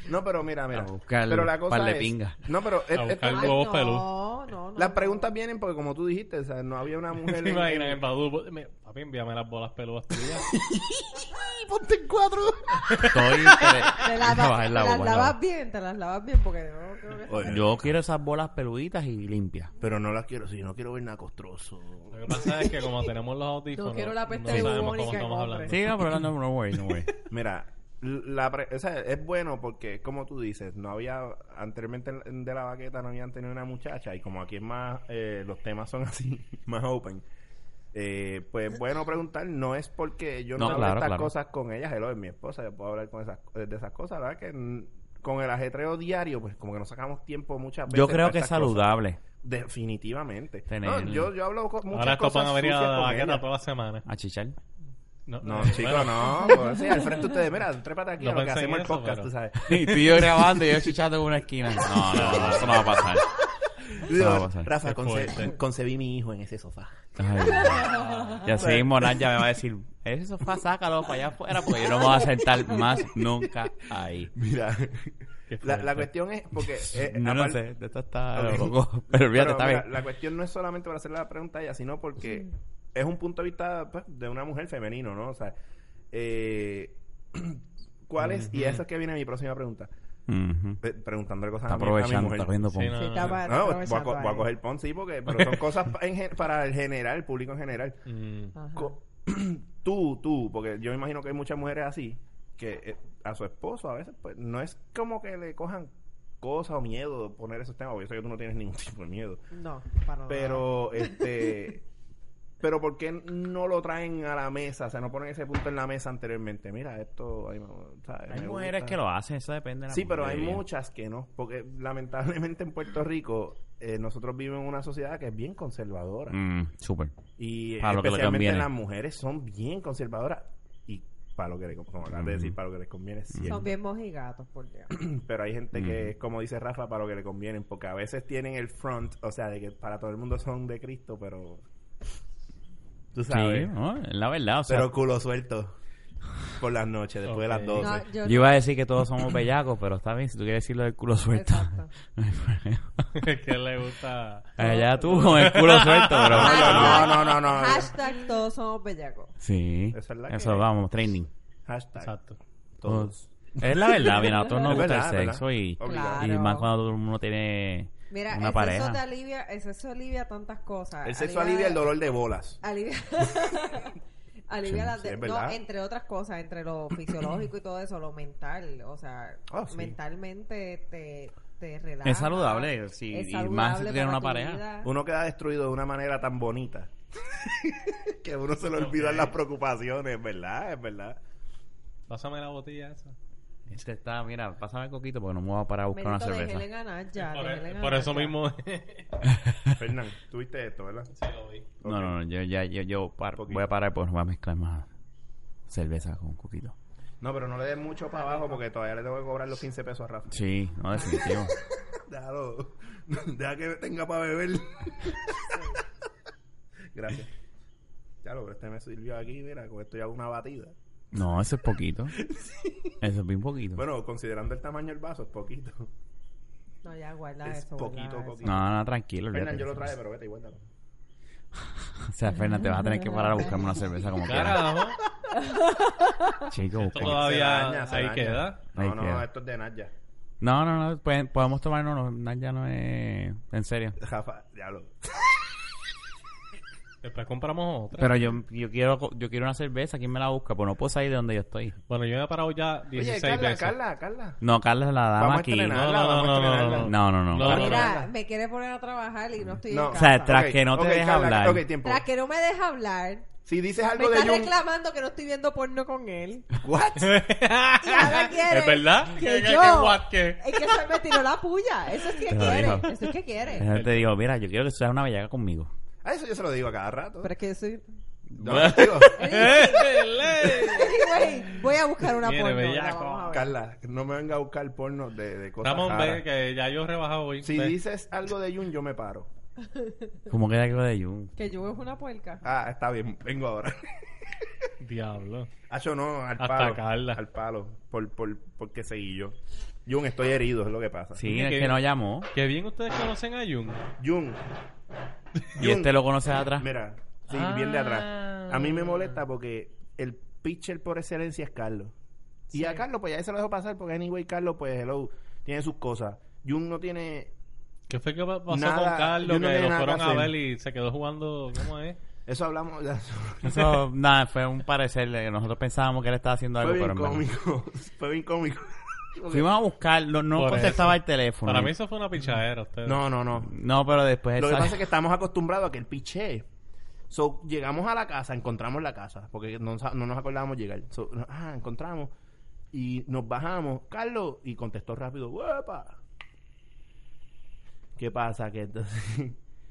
No, pero mira, mira.
A buscar
pero la cosa
par de
es-
pinga.
No, pero... es-
A
es-
buscar
Ay,
huevos
no,
pelú.
no, no,
las
no.
preguntas vienen porque, como tú dijiste, o sea, no había
<laughs>
una mujer...
Te
en-
imaginas
en-
el Badoo, me- Papi, envíame las bolas peludas tuyas.
¡Ponte en cuatro!
Estoy. inter- <laughs>
<laughs>
Te las,
No, baja el agua, baja
te las
el
lavas
agua.
bien, te las lavas bien, porque no creo que.
Oye,
Yo quiero esas bolas peluditas y limpias.
Pero no las quiero, si no quiero ver nada costroso.
Lo que pasa es que como tenemos los audífonos,
No quiero la peste
no sabemos
bubónica
cómo estamos
que
hablando.
Sí, no, pero no, no worry, no
<laughs>
worry.
Mira, la pre- o sea, es bueno porque, como tú dices, no había, anteriormente en- de la baqueta no habían tenido una muchacha y como aquí es más, eh, los temas son <laughs> así, más open. eh, pues bueno preguntar, no es porque yo no,
No,
hablo
claro,
estas
claro.
cosas con ella, hello, es mi esposa, yo puedo hablar con esas, de esas cosas, la verdad que mm, con el ajetreo diario, pues como que no sacamos tiempo muchas veces.
Yo
para
creo que es
estas cosas.
saludable.
Definitivamente.
Tener-
No, yo, yo hablo con muchas
Ahora estos
cosas
van a venir a
sucias
la
con
baqueta
ella.
toda la semana.
A chichar.
No,
eh, bueno,
chicos, no. pues, sí, al frente de ustedes, mira, trépate aquí
No
a lo que
pensé en
hacemos el
eso,
podcast,
pero-
tú sabes.
Y tú y yo grabando y yo chichando en una esquina. No, no, no, eso no va a pasar.
Digo,
va a pasar.
Rafa,
Qué
conce- <laughs>
fuerte.
concebí mi hijo en ese sofá.
<laughs>
Ay, y así mismo Naya me va a decir, ese sofá sácalo para allá afuera porque yo no me voy a sentar más nunca ahí.
Mira,
Qué
la, la
fuerte.
cuestión es porque... eh,
No, no
aparte-
sé, esto está
Ok.
loco. <laughs> Pero olvídate,
pero,
está
mira,
bien.
la cuestión no es solamente para hacer la pregunta a ella, sino porque es un punto de vista pues, de una mujer femenino, <clears throat> ¿no? O sea, eh, ¿cuál es? Y eso es que viene mi próxima pregunta.
Ujú.
eh, preguntándole cosas
Está
a mi, a mi
aprovechando,
mujer.
está cogiendo pon.
Sí, no.
Sí, está pa-
No, Ah, voy a,
aprovechando
co- voy a
ahí.
coger pon, sí, porque, pero son cosas pa- en gen- para el general, el público en general.
<laughs>
Mm. <laughs>
Ajá.
Co- <clears throat> tú, tú, porque yo me imagino que hay muchas mujeres así, que eh, a su esposo a veces, pues, no es como que le cojan cosas o miedo de poner esos temas, porque yo sé que tú no tienes <laughs> ningún tipo de miedo.
No,
Ah.
para nada.
Pero, este. Pero, ¿por qué no lo traen a la mesa? O sea, no ponen ese punto en la mesa anteriormente. Mira, esto. ay, no, ¿sabes?
Hay
Me
mujeres
gusta.
que lo hacen, eso depende de la
Sí, pero hay
mujer.
muchas que no. Porque, lamentablemente, en Puerto Rico, eh, nosotros vivimos en una sociedad que es bien conservadora.
Mm, Súper.
Y
Para lo que le
especialmente
conviene.
las mujeres son bien conservadoras. Y para lo que le como acabas de decir, para lo que les conviene.
Son
siempre.
bien mojigatos, por
<coughs>
Dios.
Pero hay gente que, como dice Rafa, para lo que le convienen. Porque a veces tienen el front, o sea, de que para todo el mundo son de Cristo, pero... Tú sabes.
Sí, no, es la verdad. O sea,
Pero culo suelto. Por las noches, después de las
Ok.
12.
No, yo,
yo iba a decir que todos somos bellacos, pero está bien, si tú quieres decirlo del culo suelto.
<laughs>
Exacto.
<laughs> No hay problema.
que le gusta.
Allá tú con el culo suelto, pero...
No,
Hashtag-
Ah, no, no, no, no.
Hashtag todos somos bellacos.
Sí,
Esa es la
eso
que-
vamos, training.
Hashtag.
Exacto.
Todos.
Es la verdad, mira, a nosotros nos
Es
gusta
verdad, es
el
verdad.
sexo y,
Obligado.
y
Claro.
más cuando uno tiene
Mira,
una
el sexo te
pareja.
alivia, el sexo alivia tantas cosas.
El sexo alivia el dolor de bolas.
Alivia, <laughs> alivia
Sí,
las
sí,
de-
es
no,
verdad.
entre otras cosas, entre lo fisiológico y todo eso, lo mental, o sea,
Ah, sí.
mentalmente te, te relaja.
Es saludable, sí,
es
y más si
saludable
tú tienes una
para tu
pareja.
vida.
Uno queda destruido de una manera tan bonita. <laughs> que a uno se le olvidan las preocupaciones, es verdad, es verdad.
Pásame la botella esa.
Este está, mira, pásame el coquito porque no me voy a parar a buscar
Bendito,
una cerveza.
déjenle ganar ya,
por, e-
déjenle
por
ganar
eso
ya.
mismo.
Fernán, tuviste esto, ¿verdad?
sí, lo vi.
No, no, no, yo, ya, yo, yo par-
Poquito.
voy a parar porque no voy a mezclar más cerveza con coquito.
No, pero no le des mucho para abajo porque todavía le tengo que cobrar los 15 pesos a Rafa.
Sí, no, definitivo.
Déjalo. Deja que tenga para beber. Gracias. Ya lo, pero este me sirvió aquí, mira, con esto ya hago una batida.
<laughs> No, eso es poquito.
<laughs>
Eso es bien poquito.
Bueno, considerando el tamaño del vaso, es poquito.
No, ya guarda
Es
eso.
poquito,
guarda eso.
poquito.
no, no, tranquilo.
Fernan,
olvídate.
yo lo traje, pero vete y guárdalo.
O sea, Fernan, te vas a tener que parar a buscarme una cerveza como quieras.
<laughs> Carajo.
Chico,
Esto
busca-
todavía
daña, se
ahí
daña.
queda.
No,
Ahí
no,
queda.
esto es de Naya.
No, no, no, pueden- podemos tomarnos, no, no, ya no es... En serio.
Rafa, diablo.
Después compramos otra.
Pero yo, yo quiero co- yo quiero una cerveza, ¿quién me la busca? Pues no puedo salir de donde yo estoy.
Bueno, yo me he parado ya 16
Oye, Carla,
veces.
Carla, Carla.
No, Carla es la dama
Vamos a
aquí.
estrenar.
No,
No, no,
Vamos a
no, no,
estrenarla.
no,
no, no.
No, no,
Mira, me quiere poner a trabajar y no estoy
No. O
en
sea, pues.
casa.
tras
Ok,
que no te
ok,
deja
Carla,
hablar.
ok, tiempo.
Tras que no me deja hablar,
Si dices
me
algo de
está
Jung...
reclamando que no estoy viendo porno con él.
¿What?
<laughs>
Y ahora quiere
¿Es verdad?
que
¿Qué- qué-
yo-
qué guat
<laughs>
que?
Es que se me tiró la puya. Eso es que
Te lo
quiere.
digo.
Eso es que quiere.
Ella te digo, mira, yo quiero que seas una bellaca conmigo.
A Ah, eso yo se lo digo a cada rato.
Pero es que yo soy.
No,
<laughs>
digo,
Anyway, voy a buscar una
Viene
porno. la
bellaco.
vamos a ver.
Carla, no me venga a buscar porno de, de cosas
Ramón, ve
raras.
que ya yo he rebajado hoy.
Si
Ve.
dices algo de Jun, yo me paro.
Como queda que lo de Jun.
Que yo es una puerca.
Ah, está bien, vengo ahora. <laughs>
Diablo.
Hacho no, al
Hasta
palo.
Carla.
Al palo. Por, por, porque seguí yo. Jun, estoy herido, es lo que pasa.
Sí, es
que-
que no llamó.
Qué bien ustedes conocen a Jung.
Jun,
<laughs> Y este lo conoces atrás.
mira, sí,
Ah.
bien de atrás. A mí me molesta porque el pitcher por excelencia es Carlos. Y a Carlos, pues ya se lo dejo pasar porque anyway, Carlos, pues hello, tiene sus cosas. Jun no tiene.
¿Qué fue que pa- pasó
Nada,
con Carlos?
yo no
que
tenía
lo
nada
fueron
que
a
hacer.
ver y se quedó jugando. ¿Cómo es?
Eso hablamos. <laughs>
<laughs>
Eso, nada, fue un parecer. de que Nosotros pensábamos que él estaba haciendo algo,
Fue
pero
bien
en verdad.
cómico. Fue bien cómico.
Fuimos a buscarlo, no
Por
contestaba
eso.
el teléfono.
Para mí eso fue una pichadera. Ustedes.
No, no, no.
No, pero después él
Lo que
sale-
pasa es que estamos acostumbrados a que el piche. So, llegamos a la casa, encontramos la casa, porque no, sa- no nos acordábamos llegar. So, no- ah, encontramos. Y nos bajamos. Carlos, y contestó rápido, ¡Uepa! ¿Qué pasa? Que entonces-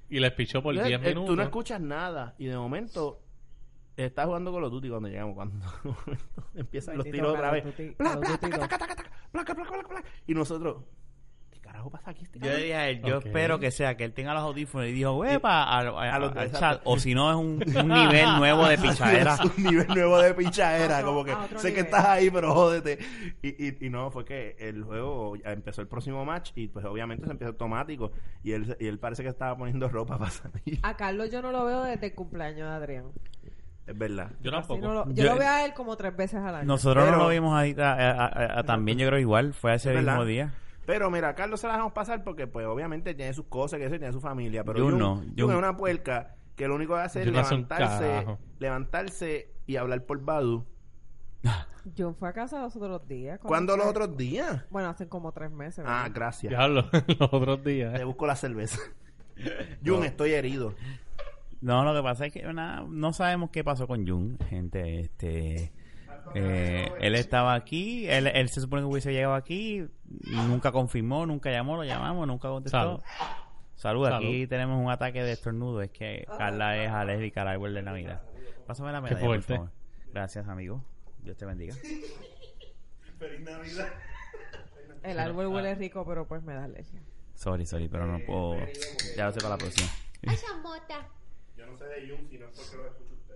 Y les pichó <laughs> por
Eh,
10
eh,
minutos.
Tú no escuchas nada. Y de momento, estás jugando con los Duty cuando llegamos. Cuando <laughs> empiezan los
Maldito
tiros otra
Call of
vez.
Duty,
Bla,
Call of
bla,
Duty
taca,
dos.
taca, taca, taca, placa, placa, placa, placa. Y nosotros, ¿qué carajo pasa aquí? Este
Yo le
cabrón?
dije a él, yo
Ok.
espero que sea que él tenga los audífonos y dijo, wepa, a, a-
A los-
al
exacto.
chat.
<laughs>
O si no, es un, un nivel nuevo de pichadera.
Es un nivel nuevo de pichadera.
A otro-
como que
a otro
sé que
nivel.
estás ahí, pero jódete. Y, y, y no, fue que el juego ya empezó el próximo match y pues obviamente se empieza automático. Y él, y él parece que estaba poniendo ropa <laughs> para salir.
A Carlos yo no lo veo desde el cumpleaños de Adrián.
Es verdad.
Yo
Así
tampoco.
no lo- yo,
Yo-
lo veo a él como tres veces al año.
Nosotros
Pero-
no lo vimos ahí, a- a- a- a- también, yo creo igual, fue ese
¿Verdad?
mismo día.
Pero mira, a Carlos se la dejamos pasar porque, pues, obviamente tiene sus cosas, que eso, y tiene su familia. Pero
Jun
Jun-
no,
Jun
Jun-
es una puerca que lo único que hace es
Jun hace un
levantarse,
carajo.
levantarse y hablar por Badu.
John fue a casa los otros días. cuando
¿Cuándo
fue-
los otros días?
Bueno, hace como tres meses.
Ah,
¿verdad?
gracias.
Diablo, <laughs> los otros días.
Te
eh.
busco la cerveza. Jun, estoy herido.
No, lo que pasa es que nada, no sabemos qué pasó con Jun, gente. Este, eh, él estaba aquí, él, él se supone que hubiese llegado aquí, nunca confirmó, nunca llamó, lo llamamos, nunca contestó.
Salud.
Salud, aquí
Salud.
tenemos un ataque de estornudo, es que Carla es alérgica al árbol de Navidad. Pásame la medalla, por
fuerte.
favor. Gracias, amigo. Dios te bendiga.
El árbol huele rico, pero pues me da alergia.
Sorry, sorry, pero no puedo. Ya lo sé para la próxima.
Esa mota.
Yo no sé de Jun si no es porque lo escucho usted.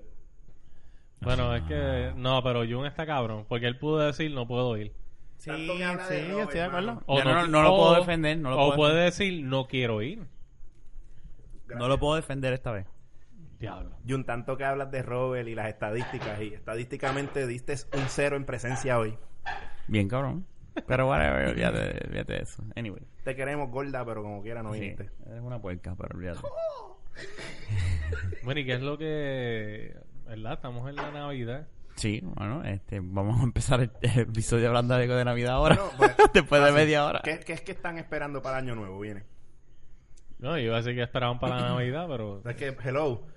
Bueno, es que. No, pero Jun está cabrón. Porque él pudo decir, no puedo ir.
Sí,
Tanto que habla
sí,
de
yo estoy
Robert,
de acuerdo.
mano.
O
Ya no, no lo puedo
o-
defender, no lo
o
puedo
puede decir, no quiero ir.
No lo puedo defender esta vez.
Diablo.
Jun, tanto que hablas de Robert y las estadísticas, y estadísticamente diste un cero en presencia hoy.
Bien cabrón.
<laughs>
Pero whatever, olvídate, olvídate de eso. Anyway.
Te queremos gorda, pero como quiera no
sí,
viniste.
eres una puerca, pero olvídate.
Bueno, ¿y qué es lo que. ¿Verdad? Estamos en la Navidad.
Sí, bueno, este, vamos a empezar el, <laughs> el episodio hablando de algo de Navidad ahora.
No, pues,
<laughs> Después de media hora.
¿Qué, qué es que están esperando para Año Nuevo? Viene.
No, yo iba a decir que esperaban para la Navidad, pero.
Es que, hello.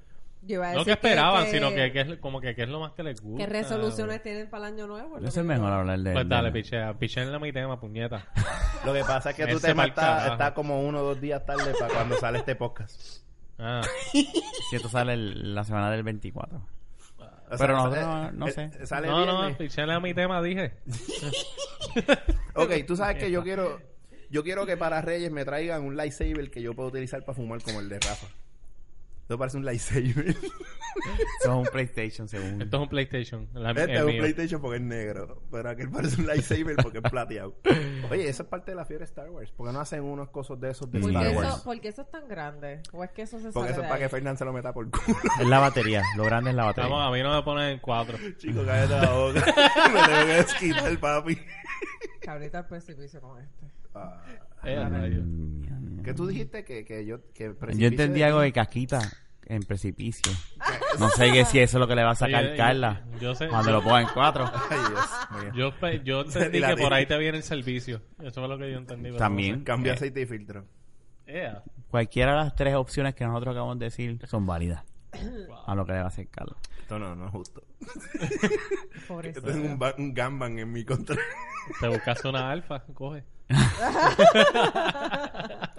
Yo iba a
No
decir
que esperaban, sino que, que es como que, que es lo más que les gusta.
¿Qué resoluciones tienen para el año nuevo?
Eso es mejor hablar de...
Pues dale,
de-
pichea. Pichea en mi tema, puñeta.
Lo que pasa es que tu
Ese
tema
pa'l
está,
carajo.
está como uno o dos días tarde para cuando sale este podcast.
<laughs> Ah,
Si esto sale el- la semana del 24.
O
Pero
sale-
nosotros no- no sé.
eh, Sale
no, no,
viernes.
pichea mi tema, dije.
Ok, tú sabes
<laughs>
que yo quiero yo quiero que para Reyes me traigan un lightsaber que yo pueda utilizar para fumar como el de Rafa. Esto parece un lightsaber.
Eso es un PlayStation, según...
Esto es un PlayStation. La, el
Este es un
mío.
PlayStation porque es negro. Pero aquel parece un lightsaber porque es
<laughs>
plateado. Oye, esa es parte de la fiebre de Star Wars. ¿Por qué no hacen unos cosas de esos de
¿Por
¿Por
Star
qué,
Star
Wars?
eso, por qué eso es tan grande? ¿O es que eso se
Porque eso
sale
es
de
para
ahí?
que Fernan se lo meta por culo.
Es la batería. Lo grande es la batería.
Estamos, a mí no me ponen en cuatro.
Chico, cállate la boca. <laughs> me tengo que desquitar el papi.
Cabrita al precipicio con este.
Ah,
Eh, rayos.
Mm,
¿Qué tú dijiste? Que, que yo... Que el
Yo
precipicio
entendí
de- Ah,
algo de casquita en precipicio. No sé qué si eso es lo que le va a sacar
Sí, yo-
Carla
eh, yo- yo sé.
cuando lo ponga en cuatro.
Ay, Dios mío.
Yo, pe-
<laughs>
yo entendí
la
que por
dije.
ahí te viene el servicio. Eso fue lo que yo entendí. pero
También.
Cambia
Eh,
aceite y filtro.
Ea.
Cualquiera de las tres opciones que nosotros acabamos de decir son válidas a lo que le va a hacer Carla.
Esto no, no es justo. Yo
Pobrecito.
tengo un, ba- un gamban en mi contra. <laughs>
Te buscaste una alfa, coge.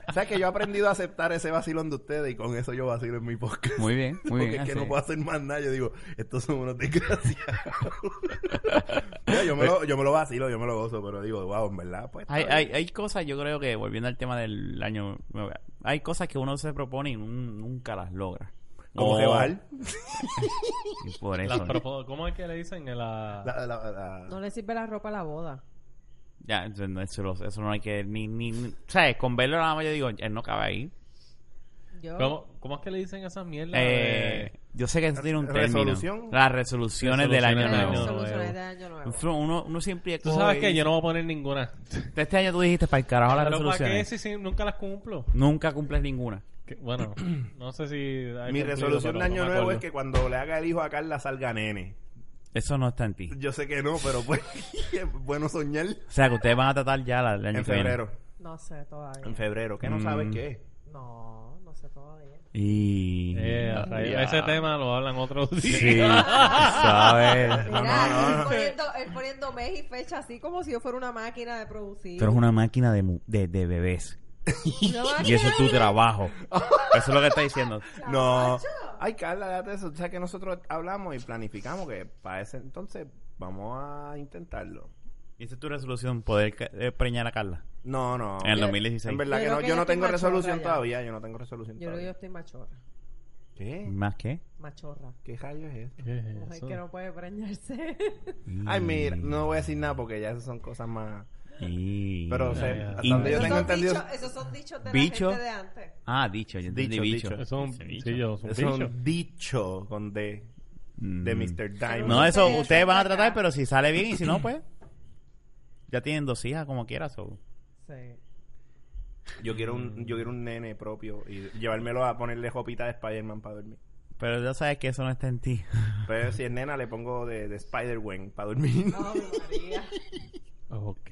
o sea que yo he aprendido a aceptar ese vacilón de ustedes y con eso yo vacilo en mi podcast.
Muy bien, muy
Porque
bien.
es que
así
no
es.
puedo hacer más nada. Yo digo, estos son unos <laughs> desgraciados. Mira, yo, me lo, yo me lo vacilo, yo me lo gozo, pero digo, wow, en verdad, pues.
Hay,
está
hay,
bien.
hay cosas, yo creo que, volviendo al tema del año, nuevo, hay cosas que uno se propone y nun- nunca las logra.
Como
O-
que bajar.
y por
Las
eso.
propo- ¿Cómo es que le dicen? En la...
La- la- la-
No le sirve la ropa a la boda.
Ya, eso, no- eso lo- eso no hay que ni, ni, ni- ¿Sabes? Con verlo nada más yo digo, él no cabe ahí.
Yo,
¿Cómo, ¿Cómo es que le dicen esas mierdas?
Eh, yo sé que eso tiene un término.
¿Resolución?
Las resoluciones del año
Resoluciones del
las
nuevo.
año nuevo.
resoluciones de año nuevo.
Uno, uno siempre...
Tú sabes que yo no voy a poner ninguna.
Este año tú dijiste para el carajo las
Pero ¿para qué
resoluciones.
si, si nunca las cumplo?
Nunca cumples ninguna.
Que- bueno, <clears throat> no sé si... hay
Mi
cumplido,
resolución
pero
de año
no me
nuevo
acuerdo.
es que cuando le haga el hijo a Carla salga nene.
Eso no está en ti.
Yo sé que no, pero pues, <laughs> es bueno soñar.
O sea, que ustedes van a tratar ya la, el año
En
que viene.
febrero.
No sé todavía.
En febrero. ¿Qué no
Mm.
sabes qué es?
No, no sé todavía.
Y...
Eh, a raíz-
Ya.
Ese tema lo hablan otros días.
<laughs>
Sí, sabes.
Mira,
no, no,
Él,
no.
poniendo, él poniendo mes y fecha así como si yo fuera una máquina de producir.
Tú eres una máquina de, mu- de, de bebés. <laughs>
Una máquina
Y eso es tu
de-
trabajo. Eso es lo que está diciendo.
No. Ay, Carla, date eso. O sea, que nosotros hablamos y planificamos que para ese entonces vamos a intentarlo.
Y esa es tu resolución, poder ca- eh, preñar a Carla.
No, no. Eh,
En el 2016.
En verdad
Yo
que
creo
no.
que
Yo
ya
no
estoy
tengo
machorra
resolución
ya.
todavía. Yo no tengo resolución
Yo creo que
todavía.
yo estoy machorra.
¿Qué?
¿Más qué?
Machorra.
¿Qué rayo es eso?
<laughs> ¿Qué es
Mujer
eso?
que no puede preñarse.
Ay, mira,
Mm.
no voy a decir nada porque ya esas son cosas más.
Y-
Pero, o sea,
Ya, ya.
hasta
Y-
donde yo
Esos
tengo
son
entendido.
dichos- esos son dichos de
Bicho.
la gente de antes.
Ah, dicho, yo entendí
Dicho,
bicho.
dicho.
Eso es un...
Ese bicho.
Sí, yo, es un
Es un
bicho.
dicho con D. de Mr. Diamond.
Mm. No, eso
Ustedes
ustedes van a
acá.
tratar, pero si sale bien y si no, pues. Ya tienen dos hijas, como quieras. so.
Sí.
Yo quiero un yo quiero un nene propio y llevármelo a ponerle jopita de Spider-Man para dormir.
Pero ya sabes que eso no está en ti.
Pero si es nena le pongo de, de Spider-Gwen para
<laughs>
dormir.
Ave María.
Ok.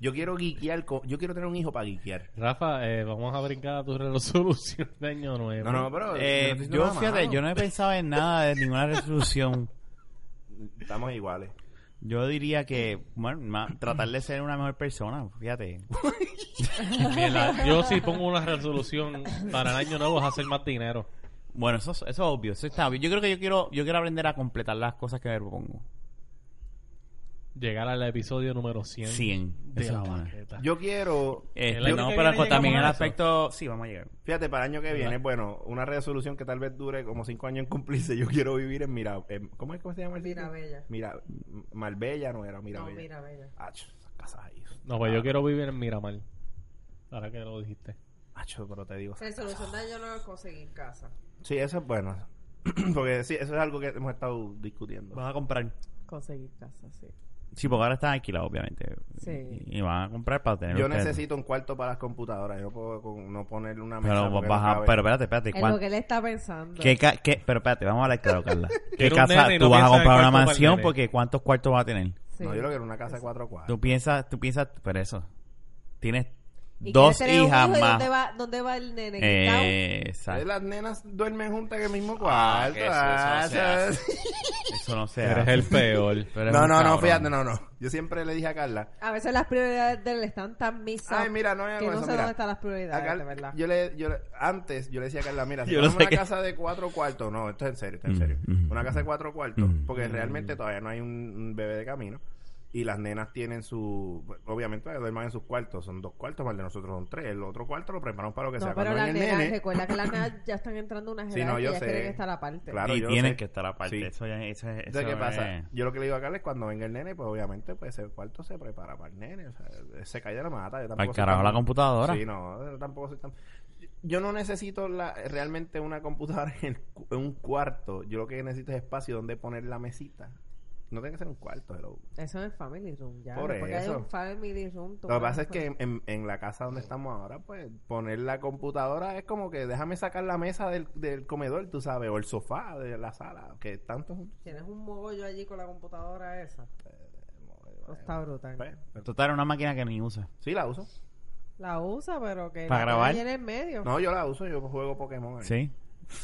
Yo quiero guiquear, con- yo quiero tener un hijo para guiquear.
Rafa, eh, vamos a brincar a tu <laughs> resolución de año nuevo.
No, no, pero no
Eh,
estoy diciendo
yo,
nada
fíjate,
malo.
yo no he pensado en nada de ninguna resolución.
estamos iguales.
Yo diría que, bueno, ma- tratar de ser una mejor persona, fíjate.
Mierda, yo sí pongo una resolución para el año nuevo es hacer más dinero.
Bueno, eso, es- eso es obvio, eso está obvio. Yo creo que yo quiero, yo quiero aprender a completar las cosas que me propongo.
Llegar al episodio número 100.
100.
De
Eso
la
es bueno.
paqueta.
Yo quiero,
Este,
El año
no,
que
pero
viene
con- también el
llegamos a eso.
aspecto... Sí, vamos a llegar.
fíjate, para el año que viene, bueno, una resolución que tal vez dure como cinco años en cumplirse. <laughs> Yo quiero vivir en Mira, en- ¿cómo es que se llama el sitio?
Mirabella.
Mira, Marbella no era
No,
Mirabella.
mira, bella.
Acho, esas casas ahí.
No, pues yo quiero vivir en Miramar. Ahora que lo dijiste.
Acho, pero te digo.
Resolución de año nuevo es conseguir casa.
Sí, eso es bueno. <clears throat> Porque sí, eso es algo que hemos estado discutiendo.
Vas a comprar.
Conseguir casa, sí.
Sí, porque ahora están alquilados, obviamente.
Sí.
Y y van a comprar para tener...
Yo
ustedes.
necesito un cuarto para las computadoras. Yo no puedo con- no ponerle una mesa.
Pero,
porque
vas
no
a-
cabe.
pero espérate, espérate.
Es
¿cuán-
lo que él está pensando.
¿Qué, ca- qué- pero espérate, vamos a hablar claro, Carla. ¿Qué
Quiero un
casa
nene y
tú
no
vas a
piensa en
comprar una
cuarto para el
mansión?
nene.
Porque ¿cuántos cuartos va a tener?
Sí.
No, yo lo quiero una casa de cuatro cuadros.
Tú piensas, tú piensas, pero eso. Tienes
¿Y
dos
quieres tener un
hijas
hijo y
más.
¿Dónde va, dónde va el nene? ¿Quitao?
Eh,
Entonces,
exacto.
Las nenas duermen juntas en el mismo
Ah,
cuarto.
que eso- eso no se
Ah,
hace. Eso no se
Eres
hace.
<laughs>
el peor.
Tú eres
No,
un
no, no,
cabrón.
fíjate, no, no. Yo siempre le dije a Carla,
A veces las prioridades de él están tan misas
Ay, mira, no me
que no
hagas eso,
sé
mira.
dónde están las
a
prioridades,
Carla-
de verdad.
yo le, yo le- antes yo le decía a Carla, mira, si
Yo no
tenemos
sé
una
qué-
casa de cuatro cuartos, no, esto es en serio, esto es en
Mm,
serio.
mm,
una casa de cuatro cuartos,
mm.
porque realmente todavía no hay un, un bebé de camino. Y las nenas tienen su, obviamente duerman en sus cuartos, son dos cuartos, más el de nosotros son tres, el otro cuarto lo preparamos para lo que sea.
no, pero
Cuando
las
venga
nenas,
el nene,
recuerda que las
<laughs>
nenas ya están entrando a una
Sí,
edades
no,
que
yo
ya
sé.
tienen que estar aparte.
Claro,
y
yo
tienen
sé.
que estar aparte.
Sí.
Eso ya, eso, es-
Entonces,
eso
¿qué pasa?
es-
Yo lo que le digo a Carla es cuando venga el nene, pues obviamente, pues ese cuarto se prepara para el nene. O sea, se cae de la mata. Yo tampoco
Para el
soy
carajo
tan-
la computadora.
Sí, no, yo tampoco soy tan... Yo no necesito la, realmente una computadora <laughs> en, el cu- en un cuarto. Yo lo que necesito es espacio donde poner la mesita. No tiene que ser un cuarto, hello.
Eso es el family room, ya.
Por
porque hay
eso.
un family room. tú
Lo que
puedes
pasa es que
poner-
en, en- en la casa donde estamos ahora, pues poner la computadora es como que déjame sacar la mesa del, del comedor, tú sabes, o el sofá de la sala, que tanto...
Tienes un mogollo allí con la computadora esa. Eso está brutal.
Eh, Pues,
Total, una máquina que ni usa.
sí, la uso.
La usa, pero que
¿Para
la
grabar?
tiene en medio.
No, yo la uso, yo juego Pokémon. ahí.
Sí.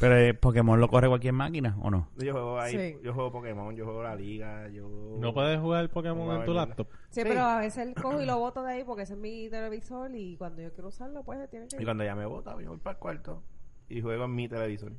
Pero eh, Pokémon lo corre cualquier máquina, ¿o no?
Yo juego ahí,
Sí.
yo juego Pokémon, yo juego la liga, yo
¿No puedes jugar
No,
Pokémon en tu
no, no.
laptop?
Sí.
Sí, pero a veces él cojo y lo boto de ahí porque ese es mi televisor y cuando yo quiero usarlo, pues tiene que
Y cuando ya me bota, yo voy para el cuarto y juego en mi televisor.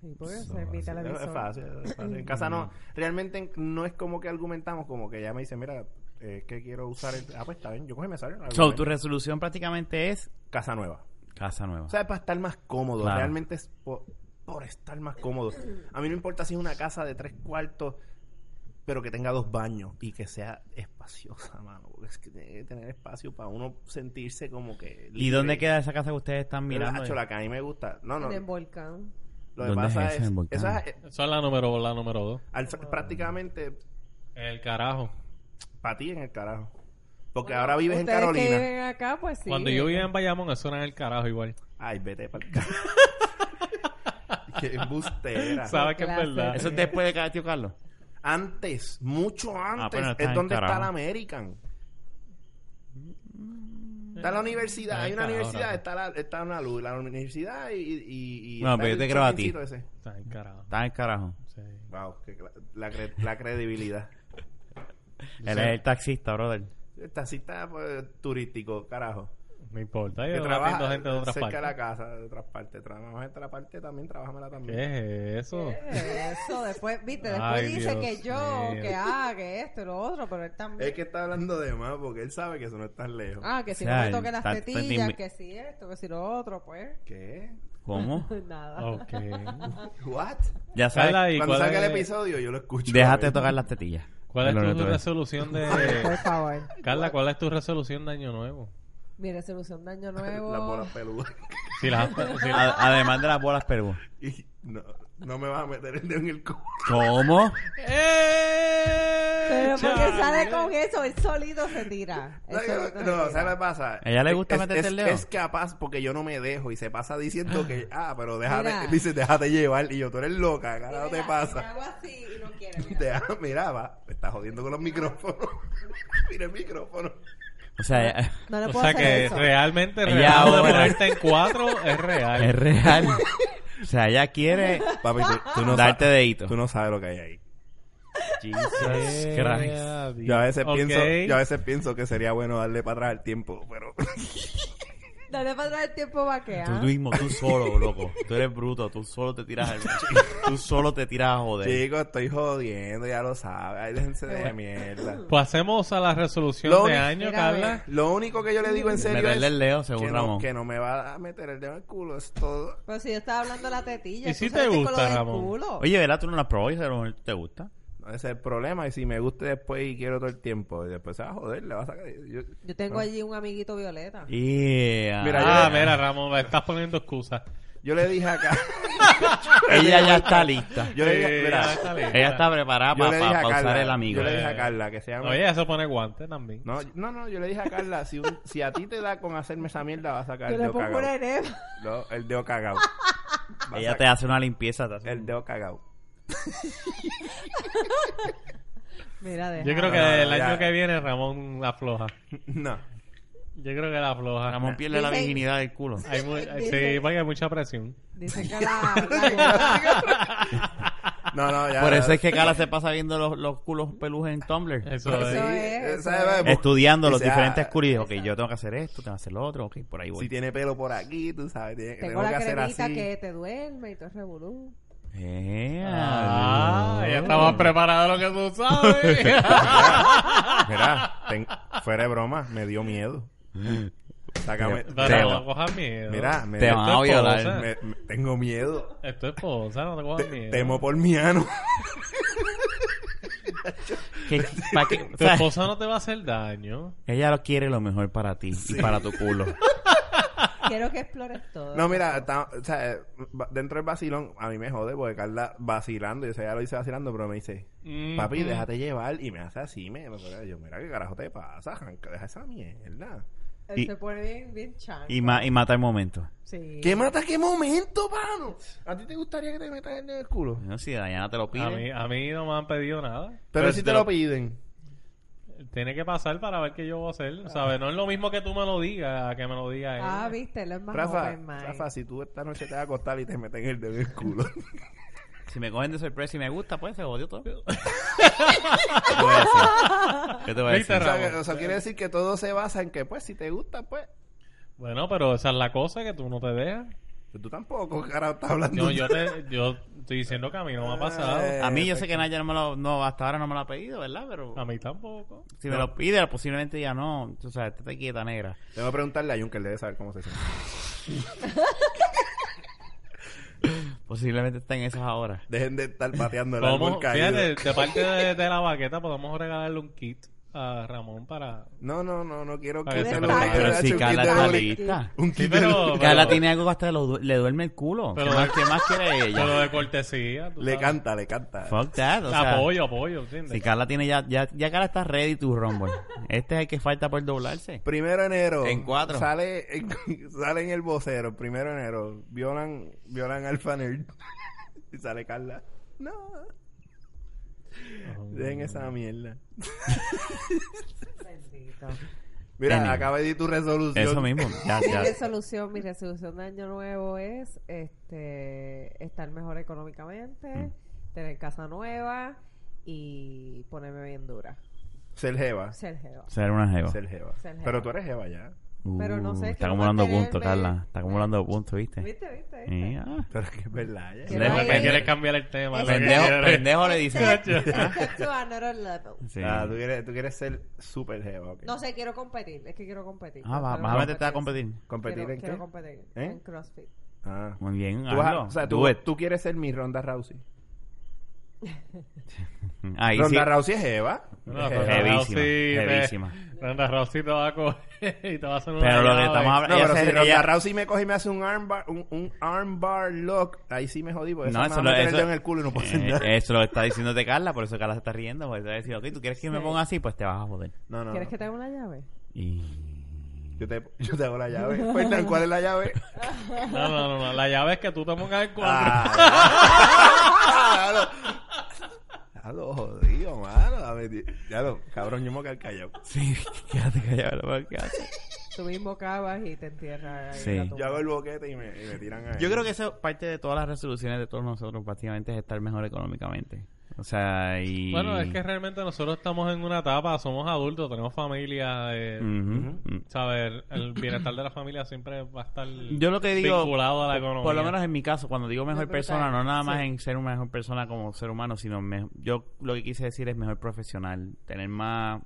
Sí, porque ese es mi
Es es
televisor.
fácil, es fácil. En casa no, realmente en- no es como que argumentamos, como que ya me dicen, mira, eh, es que quiero usar el... Ah, pues está bien, yo coge y me salgo.
So, tu resolución prácticamente es
Casa nueva.
casa nueva.
O sea, es para estar más cómodo.
Claro.
Realmente es por, por estar más cómodo. A mí no importa si es una casa de tres cuartos, pero que tenga dos baños y que sea espaciosa, mano. Porque es que tiene que tener espacio para uno sentirse como que.
¿Y dónde queda esa casa que ustedes están mirando?
Mirando la que a mí me gusta. No, no.
En el volcán.
Lo que
¿Dónde es
pasa
ese
es.
en Volcán?
esa es-
Eso es la número, la número dos.
al- prácticamente
El carajo.
para ti en el carajo. Porque
Bueno,
ahora vives en
ustedes que
Carolina.
viven acá, pues sí.
Cuando yo vivía en Bayamón, eso era en el carajo igual.
Ay, vete para el
<laughs>
carajo. Qué embustera.
Sabes que es
clase.
verdad.
Eso es después de cada tío Carlos.
Antes, mucho antes,
pero no está
es
Ah, en
donde está
carajo.
la American. Está la universidad,
Ah,
hay una
carajo,
universidad,
Rafa.
está, la, está una luz, la universidad y... y, y
No,
está
pero yo
el
te creo a ti.
jardincito ese.
Está en el carajo.
Está en el carajo.
Sí.
Wow, que cla- la, cre- la credibilidad.
Él es el taxista, brother.
El taxista pues, turístico, carajo.
No importa.
Que
Yo atiendo
trabaja
gente de otras
cerca de la
partes.
casa, de otras partes. Trabajamos gente de la parte también, trabajamela también.
¿Qué es eso?
Eso,
<laughs>
después, viste, después
Ay,
dice
Dios
que yo,
mío.
que ah, que esto y lo otro, pero él también.
Es que está hablando de más porque él sabe que eso no es tan lejos.
Ah, que si
O sea,
no me toque las
está- está
tetillas,
invi-
que si esto, que si lo otro, pues. <laughs>
¿Qué?
¿Cómo?
Nada.
<laughs> Ok.
¿What?
Ya
Carla,
sabes.
¿y
Cuando
cuál
salga
es-
el episodio yo lo escucho.
Déjate
A ver.
tocar las tetillas.
¿Cuál
Lo
es tu
noto, eh.
resolución
Por <laughs>
de...
favor.
Carla, ¿cuál es tu resolución de año nuevo?
Mira,
<laughs>
solución daño nuevo.
Las bolas peludas. <laughs>
Si las has- si-
A- además de las bolas Perú.
Y no, no me vas a meter el dedo en el culo.
¿Cómo?
Pero porque sale con eso, él solito se tira. Él solito se
No,
tira.
¿sabes qué pasa?
¿A ella le gusta
Es-
meterte
es-
el dedo?
Es capaz porque yo no me dejo y se pasa diciendo que, ah, pero déjate,
Mira.
dice, déjate llevar. Y yo, tú eres loca, cara, no
Mira,
te
y
pasa.
hago así y no
<laughs>
quiere. mira.
Te, mira, va, me estás jodiendo con los micrófonos. <laughs> mira el micrófono.
O sea, ella-
No le
o
puedo
sea
hacer
que
eso.
realmente
Ella
real lo de
ahora-
ponerte en cuatro es
<laughs>
real.
es real. O sea, ella quiere
Papi, tú, tú no
darte
sabes,
dedito.
tú no sabes lo que hay ahí.
Jesus Christ.
Yeah,
Yo a veces
ok.
pienso, yo a veces pienso que sería bueno darle para atrás el tiempo, pero <laughs>
Dale para atrás el tiempo va que,
Tú
¿ah?
mismo, tú solo, loco. Tú eres bruto, tú solo te tiras al... Tú solo te tiras a joder.
chicos, estoy jodiendo, ya lo sabes. Ay, déjense de
<laughs>
Pero-
mierda.
Pues hacemos a la resolución
Lo
de
único-
año,
Mira,
Carla.
ve.
Lo único que yo le digo en
Me
serio
duele
es
el leo,
que
según
no,
Ramón.
que no me va a meter el dedo en el culo, es todo.
Pero Pues si yo estaba hablando de la tetilla.
¿Y
tú
si te
sabes con lo
gusta,
del
Ramón?
culo.
Oye, ¿verdad? Tú no la probas y a lo mejor te gusta.
No, Ese es el problema. Y si me gusta después y quiero todo el tiempo, y después se va a joder, le va a sacar. yo-
Yo tengo allí un amiguito violeta.
Yeah.
Mira, yo-
Ah, mira, Ramón, me estás poniendo excusas.
yo le dije acá.
ella ya está lista.
<laughs> Yo le dije,
Eh,
mira,
ya está lista.
Ella está preparada
yo le
para
dije a
usar
Carla.
el amigo.
Yo le dije a
Eh.
Carla que se llama.
Oye, eso pone guante también.
No, no, no, yo le dije a Carla, si, un- si a ti te da con hacerme esa mierda, vas a sacar
Yo
el
le
dedo
pongo una
cagado.
enema.
No, el dedo cagado. Va a
Ella te
sacar
hace una limpieza. Te hace
El
un-
dedo cagado.
Mira, deja.
Yo creo que
No, no,
el
ya.
año que viene Ramón la afloja.
No.
Yo creo que la afloja.
Ramón pierde la
Dice-
virginidad del culo.
Hay
<laughs>
mu-
Dice-
sí, porque hay mucha presión.
Dicen que la... la-
No, no, ya.
Por
ya.
eso es que Carla se pasa viendo los, los culos pelus en Tumblr.
Eso
Sí,
es.
Eso es,
esa
eso
es-
Estudiando los
Dice, ah,
diferentes culis. Ok, yo tengo que hacer esto, tengo que hacer lo otro. Ok, por ahí
Si
voy.
tiene pelo por aquí, tú sabes, tiene-
Tengo
tengo que
la
hacer
cremita
así.
que te duerme y todo es revolú.
Ah,
Yeah.
ya estamos preparados lo que
<laughs>
tú sabes.
Mira, ten- fuera de broma, me dio miedo. Sácame.
<laughs> Pero no cojas miedo.
Mira, me,
Te
dio-
van a violar.
me- me- tengo miedo.
Es tu esposa, no te cojas
Te-
miedo.
temo por mi ano.
¿Qué- pa' qué? O
Tu
sea,
esposa no te va a hacer daño.
ella lo quiere lo mejor para ti y para tu culo.
Quiero que explores todo.
No, mira, está- o sea, eh, va- dentro del vacilón, a mí me jode porque Carla vacilando, yo sé, ya lo hice vacilando, pero me dice,
Mm.
papi, déjate llevar. Y me hace así, me, me- yo, mira, ¿qué carajo te pasa? Janca? Deja esa mierda.
Él
y-
se pone bien, bien chango.
Y, ma- y mata el momento.
Sí.
¿Qué mata? ¿Qué momento, mano? ¿A ti te gustaría que te metan el dedo en el culo?
No, si Dayana te lo pide.
A mí, a mí no me han pedido nada.
Pero, si te lo piden.
Tiene que pasar para ver qué yo voy a hacer. ¿Sabes? No es lo mismo que tú me lo digas, a que me lo diga ella.
Ah, viste, lo es más
Rafa,
open mind.
Rafa, si tú esta noche te vas a acostar y te meten el dedo en el <laughs> culo.
Si me cogen de sorpresa y me gusta, pues se jodió
<laughs>
todo. ¿Qué te voy a decir? ¿Qué te voy a
Viste,
decir?
o sea, que-
Ramón.
o sea, quiere decir que todo se basa en que, pues, si te gusta, pues.
Bueno, pero esa es la cosa que tú no te dejas.
Pero tú tampoco, cara, estás hablando.
No, yo, te, yo estoy diciendo que a mí no me ha pasado.
Eh,
A mí yo sé que Naya no me lo, no, hasta ahora no me lo ha pedido, ¿verdad? Pero
A mí tampoco.
si me lo pide, posiblemente diga no. Tú sabes, te quieta negra.
Tengo que preguntarle a Juncker, debe saber cómo se siente.
Posiblemente está en esas ahora.
Dejen de estar pateando el árbol
Podemos-
caído.
fíjate, de parte de, de la baqueta podemos regalarle un kit a Ramón para...
No, no, no, no quiero
Para
que
que
se
se
lo
prepare.
le
Pero
hache
si
un
Carla
kit de
está
Lori.
lista.
Un
Sí,
kit de
pero...
Lori.
Carla
pero-
tiene algo que hasta lo du- le duerme el culo. ¿Qué,
Pero-
más, qué más quiere ella?
Pero de cortesía. tú
Le
sabes.
canta, le canta.
Fuck that. O sea,
apoyo, apoyo, ¿entiendes?
si Carla tiene ya, ya, ya Carla está ready to rumble. Este es el que falta por doblarse.
Primero de enero.
En cuatro.
Sale en, <laughs> sale en el vocero. Primero de enero. Violan, violan Alfa Nerd. <laughs> y sale Carla. No. Dejen esa mierda.
Bendito.
Mira,
Anyway.
acaba de decir tu resolución.
Eso mismo. Ya,
Mi
ya.
resolución, mi resolución de año nuevo es este estar mejor económicamente, tener casa nueva y ponerme bien dura.
Ser Jeva.
Ser jeva.
Ser una jeva.
Ser Jeva.
Ser jeva.
Pero tú eres Jeva ya.
Pero no sé,
Uh,
quiero
Está acumulando
mantenerme-
puntos, Carla. Está acumulando puntos, ¿viste?
¿Viste, viste? viste?
Yeah.
Pero es que es verdad ya.
Quiero
Lo que
ir-
quieres cambiar el tema. lo que
Pendejo,
quieres-
pendejo le dicen.
Step to another level.
Sí.
Ah, tú quieres, tú quieres ser super Jeva. ok.
No sé, quiero competir. Es que quiero competir.
Ah, va-
Quiero
vas a meterte a competir.
¿Competir
Quiero-
en
quiero
qué?
competir
¿Eh?
en CrossFit.
Ah.
Muy bien,
Tú, vas a-
Mm, hazlo.
o sea,
Do
tú,
it.
tú quieres ser mi Ronda Rousey.
Ahí sí.
Ronda Rousey es Eva.
No,
Es Eva.
pero-
Heavísima,
Rousey
eh, <laughs>
te-
heavísima.
Ronda Rousey te va a coger <laughs> y te va a hacer una
Pero lo que
llave.
estamos hablando-
No,
Ella
pero
se-
si Ronda
ella-
Rousey me coge y me hace un armbar, un, un armbar lock, ahí sí me jodí, porque
No,
eso me
eso lo-
va a meter el
eso-
dedo en el culo y no puedo hacer
Eh,
nada.
eso lo está diciéndote Carla, por eso Carla se está riendo. Porque te va a decir, ok, tú quieres que me
Sí.
ponga así, pues te vas a joder.
No, no,
¿Quieres
no.
que te haga una llave?
Y...
Yo, te, yo te hago la llave.
<laughs>
Fernan, ¿cuál es la llave?
No, no, no, no. La llave es que tú te pongas el cuadro.
Ah, <laughs> ya. Ya lo jodido, mano. A ver, Ya lo, cabrón, yo me voy a quedar callado.
Sí, <laughs> quédate callado, no puedo quedar.
Tú mismo cavas y te entierras ahí.
Sí.
en la tumba.
Yo hago el boquete y me, y me tiran ahí.
Yo creo que eso es parte de todas las resoluciones de todos nosotros, prácticamente, es estar mejor económicamente. O sea, y...
Bueno, es que realmente nosotros estamos en una etapa, somos adultos, tenemos familia, eh,
Ujú. Mm.
¿sabes? El bienestar de la familia siempre va a estar
Yo lo que digo,
vinculado a la economía.
por lo menos en mi caso, cuando digo mejor
brutal.
persona, no nada más
Sí.
en ser una mejor persona como ser humano, sino me- yo lo que quise decir es mejor profesional, tener más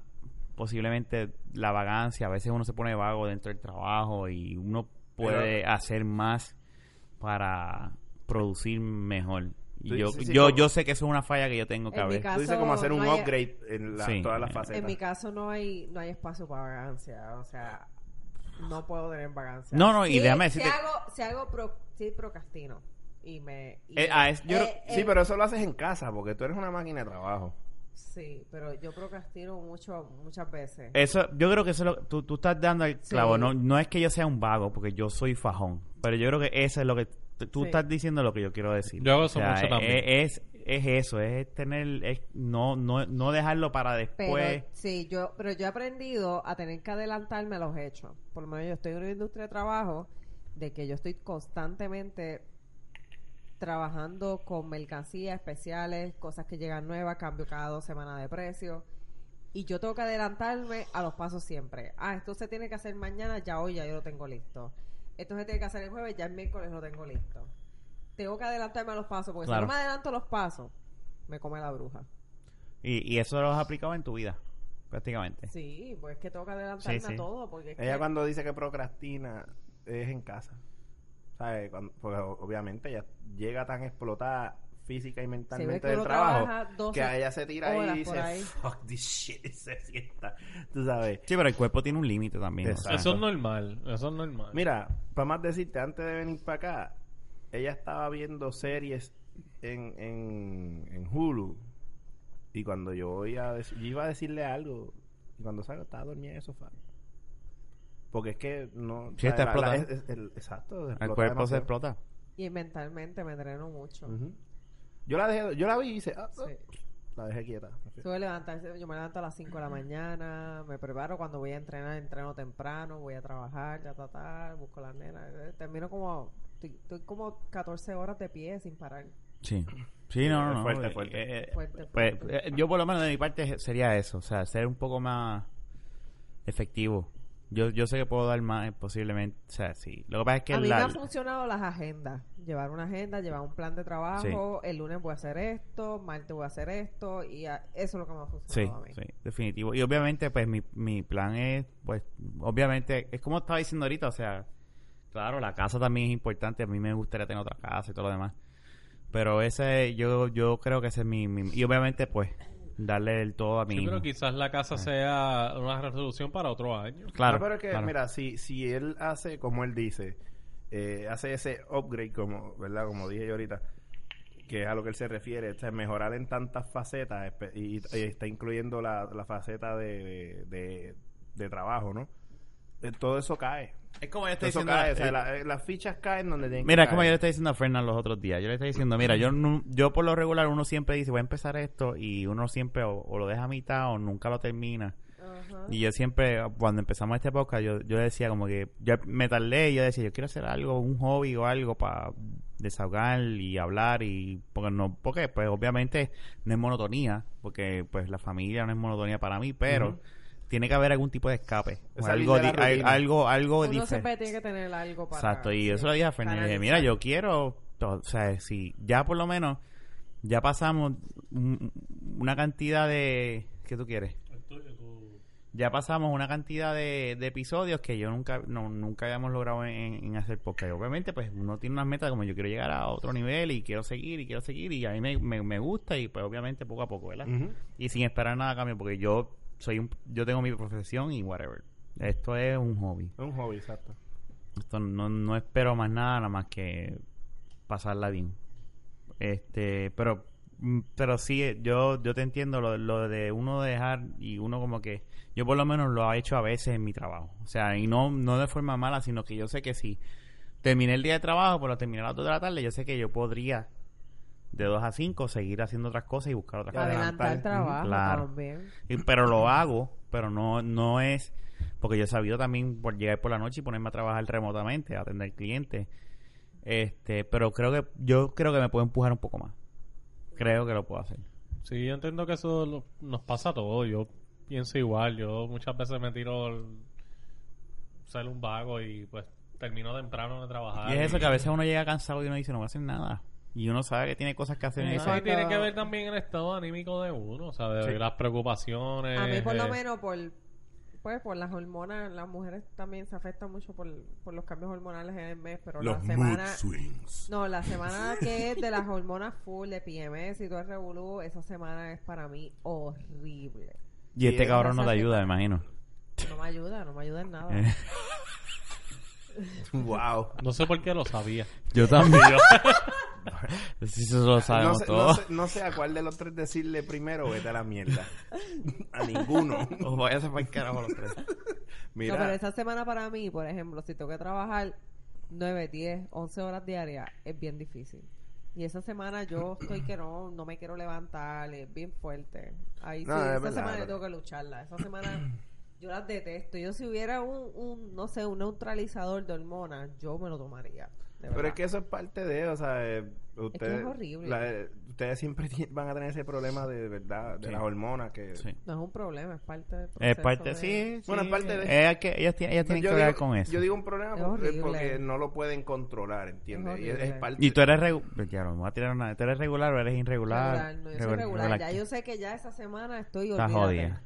posiblemente la vagancia, a veces uno se pone vago dentro del trabajo y uno puede hacer más para producir mejor. Y
Sí,
yo,
sí, sí,
yo,
como-
yo sé que eso es una falla que yo tengo que
En mi
haber.
Tú dices
caso,
como hacer un
no hay-
upgrade en la-
Sí.
todas las
En
facetas.
En mi caso no hay, no hay espacio para vagancia. O sea, no puedo tener vagancia.
No, no, y
Sí,
déjame
si
decirte-
hago, si hago pro- sí, procrastino. Y me. y-
Eh, ah, es- yo creo-
Sí, pero eso lo haces en casa, porque tú eres una máquina de trabajo.
Sí, pero yo procrastino mucho, muchas veces.
Eso, yo creo que eso es lo- tú, tú estás dando el
Sí.
clavo. No, no es que yo sea un vago, porque yo soy fajón. Pero yo creo que eso es lo que t- tú
Sí.
estás diciendo lo que yo quiero decir.
Yo hago eso mucho
es-
también.
Es, es eso, es tener, es no, no, no dejarlo para
Pero
después.
sí, yo, pero yo he aprendido a tener que adelantarme a los hechos. Por lo menos yo estoy en una industria de trabajo de que yo estoy constantemente trabajando con mercancías especiales, cosas que llegan nuevas, cambio cada dos semanas de precio. Y yo tengo que adelantarme a los pasos siempre. Ah, esto se tiene que hacer mañana, ya hoy ya yo lo tengo listo. Esto se tiene que hacer el jueves, ya el miércoles lo tengo listo. Tengo que adelantarme a los pasos, porque
Claro.
si no me adelanto a los pasos, me come la bruja.
Y, y eso lo has aplicado en tu vida, prácticamente.
Sí, pues es que tengo que adelantarme
Sí, sí.
a todo porque es
Ella
que-
cuando dice que procrastina es en casa. ¿Sabes? Cuando- porque o- obviamente ella llega tan explotada física y
ve
mentalmente
que
del
uno
trabajo
trabaja 12
que a ella se tira ahí
horas
y dice,
por ahí.
fuck this shit, <laughs> y se sienta. Tú sabes.
Sí, pero el cuerpo tiene un límite también. o sea.
Eso es normal, eso es normal.
Mira, para más decirte, antes de venir para acá, ella estaba viendo series en, en, en Hulu. Y cuando yo iba a, dec- yo iba a decirle algo, y cuando salgo estaba dormida en el sofá. Porque es que no.
Sí, está
la- la-
explotado.
es- es- el- exacto.
el
explota
cuerpo se
demasiado.
explota.
y mentalmente me dreno mucho.
Ujú. Yo la dejé, yo la vi y hice, ah, ah,
Sí.
la dejé quieta.
Suelo levantarse, yo me levanto a las 5 de la mañana, me preparo cuando voy a entrenar, entreno temprano, voy a trabajar, ya ta, ta, busco a la nena, eh, termino como estoy, estoy como 14 horas de pie sin parar.
Sí. Sí, no, no,
Es
no.
fuerte,
eh,
fuerte.
eh, eh,
Fuerte,
pues,
fuerte.
eh, yo por lo menos de mi parte sería eso, o sea, ser un poco más efectivo. Yo, yo sé que puedo dar más, eh, posiblemente, o sea, sí. Lo que pasa es que
a mí me
la...
han funcionado las agendas, llevar una agenda, llevar un plan de trabajo, el lunes voy a hacer esto, martes voy a hacer esto y a- eso es lo que me ha
Sí,
funcionado a mí.
sí, definitivo. Y obviamente, pues mi, mi plan es, pues, obviamente, es como estaba diciendo ahorita, o sea, claro, la casa también es importante, a mí me gustaría tener otra casa y todo lo demás. Pero ese, yo, yo creo que ese es mi, mi- Y obviamente, pues, darle el todo a mí.
Sí, pero quizás la
Eh.
casa sea una resolución para otro año.
Claro.
No, pero es que,
claro.
mira, si, si él hace, como él dice, eh, hace ese upgrade, como, ¿verdad? Como dije yo ahorita, que es a lo que él se refiere, o sea, mejorar en tantas facetas espe- y, y está incluyendo la, la faceta de, de, de- de trabajo, ¿no? Eh, Todo eso cae.
Es como yo
Todo
estoy
eso
diciendo.
cae. o sea,
eh,
la- eh, las fichas caen donde tienen
Mira, es
que
como yo le
caer.
estaba diciendo a Fernan los otros días. Yo le estaba diciendo, mira, yo nu- yo por lo regular uno siempre dice, voy a empezar esto y uno siempre o, o lo deja a mitad o nunca lo termina.
Ajá.
Y yo siempre, cuando empezamos este podcast, yo, yo decía como que, yo me tardé y yo decía, yo quiero hacer algo, un hobby o algo para desahogar y hablar y, porque no, porque pues obviamente no es monotonía, porque pues la familia no es monotonía para mí, pero
Ujú.
tiene que haber algún tipo de escape. o
Salir
algo,
de la
di- al-
rutina.
algo, algo
Uno
diferente.
siempre tiene que tener algo para...
Exacto, y yo se lo dije a Fernández, dije, mira,
canalizar.
yo quiero, to- o sea, si ya por lo menos, ya pasamos un- una cantidad de, ¿qué tú quieres? ya pasamos una cantidad de, de episodios que yo nunca no, nunca habíamos logrado en, en hacer podcast. Obviamente, pues uno tiene unas metas como yo quiero llegar a otro nivel y quiero seguir y quiero seguir y a mí me, me, me gusta y pues obviamente poco a poco, ¿verdad?
Mm.
Ujú.
Y sin esperar nada a cambio porque yo soy un, yo tengo mi profesión y whatever. Esto es un hobby.
Es un hobby,
<laughs>
exacto.
Esto no, no espero más nada, nada más que pasarla bien. Este, pero mm, pero sí, eh, yo yo te entiendo lo, lo de uno dejar y uno como que yo por lo menos lo he hecho a veces en mi trabajo. O sea, y no no de forma mala, sino que yo sé que si terminé el día de trabajo, pero terminé a las 2 de la tarde, yo sé que yo podría de 2 a 5 seguir haciendo otras cosas y buscar otras
Claro.
cosas.
Adelantar el
Adelantar.
trabajo
Claro.
también.
Y- pero lo hago, pero no, no es porque yo he sabido también por llegar por la noche y ponerme a trabajar remotamente, a atender clientes. Este, pero creo que yo creo que me puedo empujar un poco más. Creo que lo puedo hacer.
Sí, yo entiendo que eso lo- nos pasa a todos. Yo pienso igual. Yo muchas veces me tiro el, ser un vago y pues termino temprano de trabajar.
Y es eso que a veces uno llega cansado y uno dice no voy a hacer nada. Y uno sabe que tiene cosas que hacer y uno
Eso
dice,
tiene que ver también el estado anímico de uno, ¿sabes?
Sí.
Las preocupaciones.
A mí por lo
eh,
menos por pues por las hormonas, las mujeres también se afectan mucho por, por los cambios hormonales en el mes, pero la
Los mood
semana
swings.
no, la
<laughs>
semana que es de las hormonas full de PMS y todo el revolú, esa semana es para mí horrible.
y este
Y
cabrón no te
esas
ayuda, me imagino. Eh,
No me ayuda, no me ayuda en nada.
wow.
No sé por qué lo
<laughs>
sabía.
<laughs> Yo <laughs> también. <laughs> Sí, eso lo
No
sabemos
sé, no,
todos.
sé, no sé a cuál de los tres decirle primero, vete a la
<laughs>
mierda. A ninguno.
O váyase pa'l carajo los tres.
Mira,
No, pero esa semana para mí, por ejemplo, si tengo que trabajar 9, 10, 11 horas diarias, es bien difícil. Y esa semana yo estoy que no, no me quiero levantar, es bien fuerte. Ahí
No,
sí,
es
esa
verdad,
semana
es
yo tengo que lucharla. Esa semana yo las detesto. Yo si hubiera un, un, no sé, un neutralizador de hormonas, yo me lo tomaría. de
Pero es
verdad.
que eso es parte de, o sea, eh, ustedes,
es horrible.
la- eh, ustedes siempre <laughs> ti- van a tener ese problema de verdad, de
Sí.
las hormonas que...
Sí.
No es un problema, es parte del proceso.
Es parte,
de-
sí, sí.
Bueno, es parte de-
Ellas, que, ellas, tienen- ellas
No,
tienen
yo
que ver
digo-
con eso.
Yo digo un problema
Es
porque,
horrible.
porque no lo pueden controlar, ¿entiendes?
Es
Y es, es
horrible.
parte...
Y tú eres regular. me voy a tirar una. ¿Tú eres regular o eres irregular?
Regular, no, yo soy
Regu-
regular. Ya
regular.
yo sé que ya esa semana estoy
Estás
olvídate.
jodida.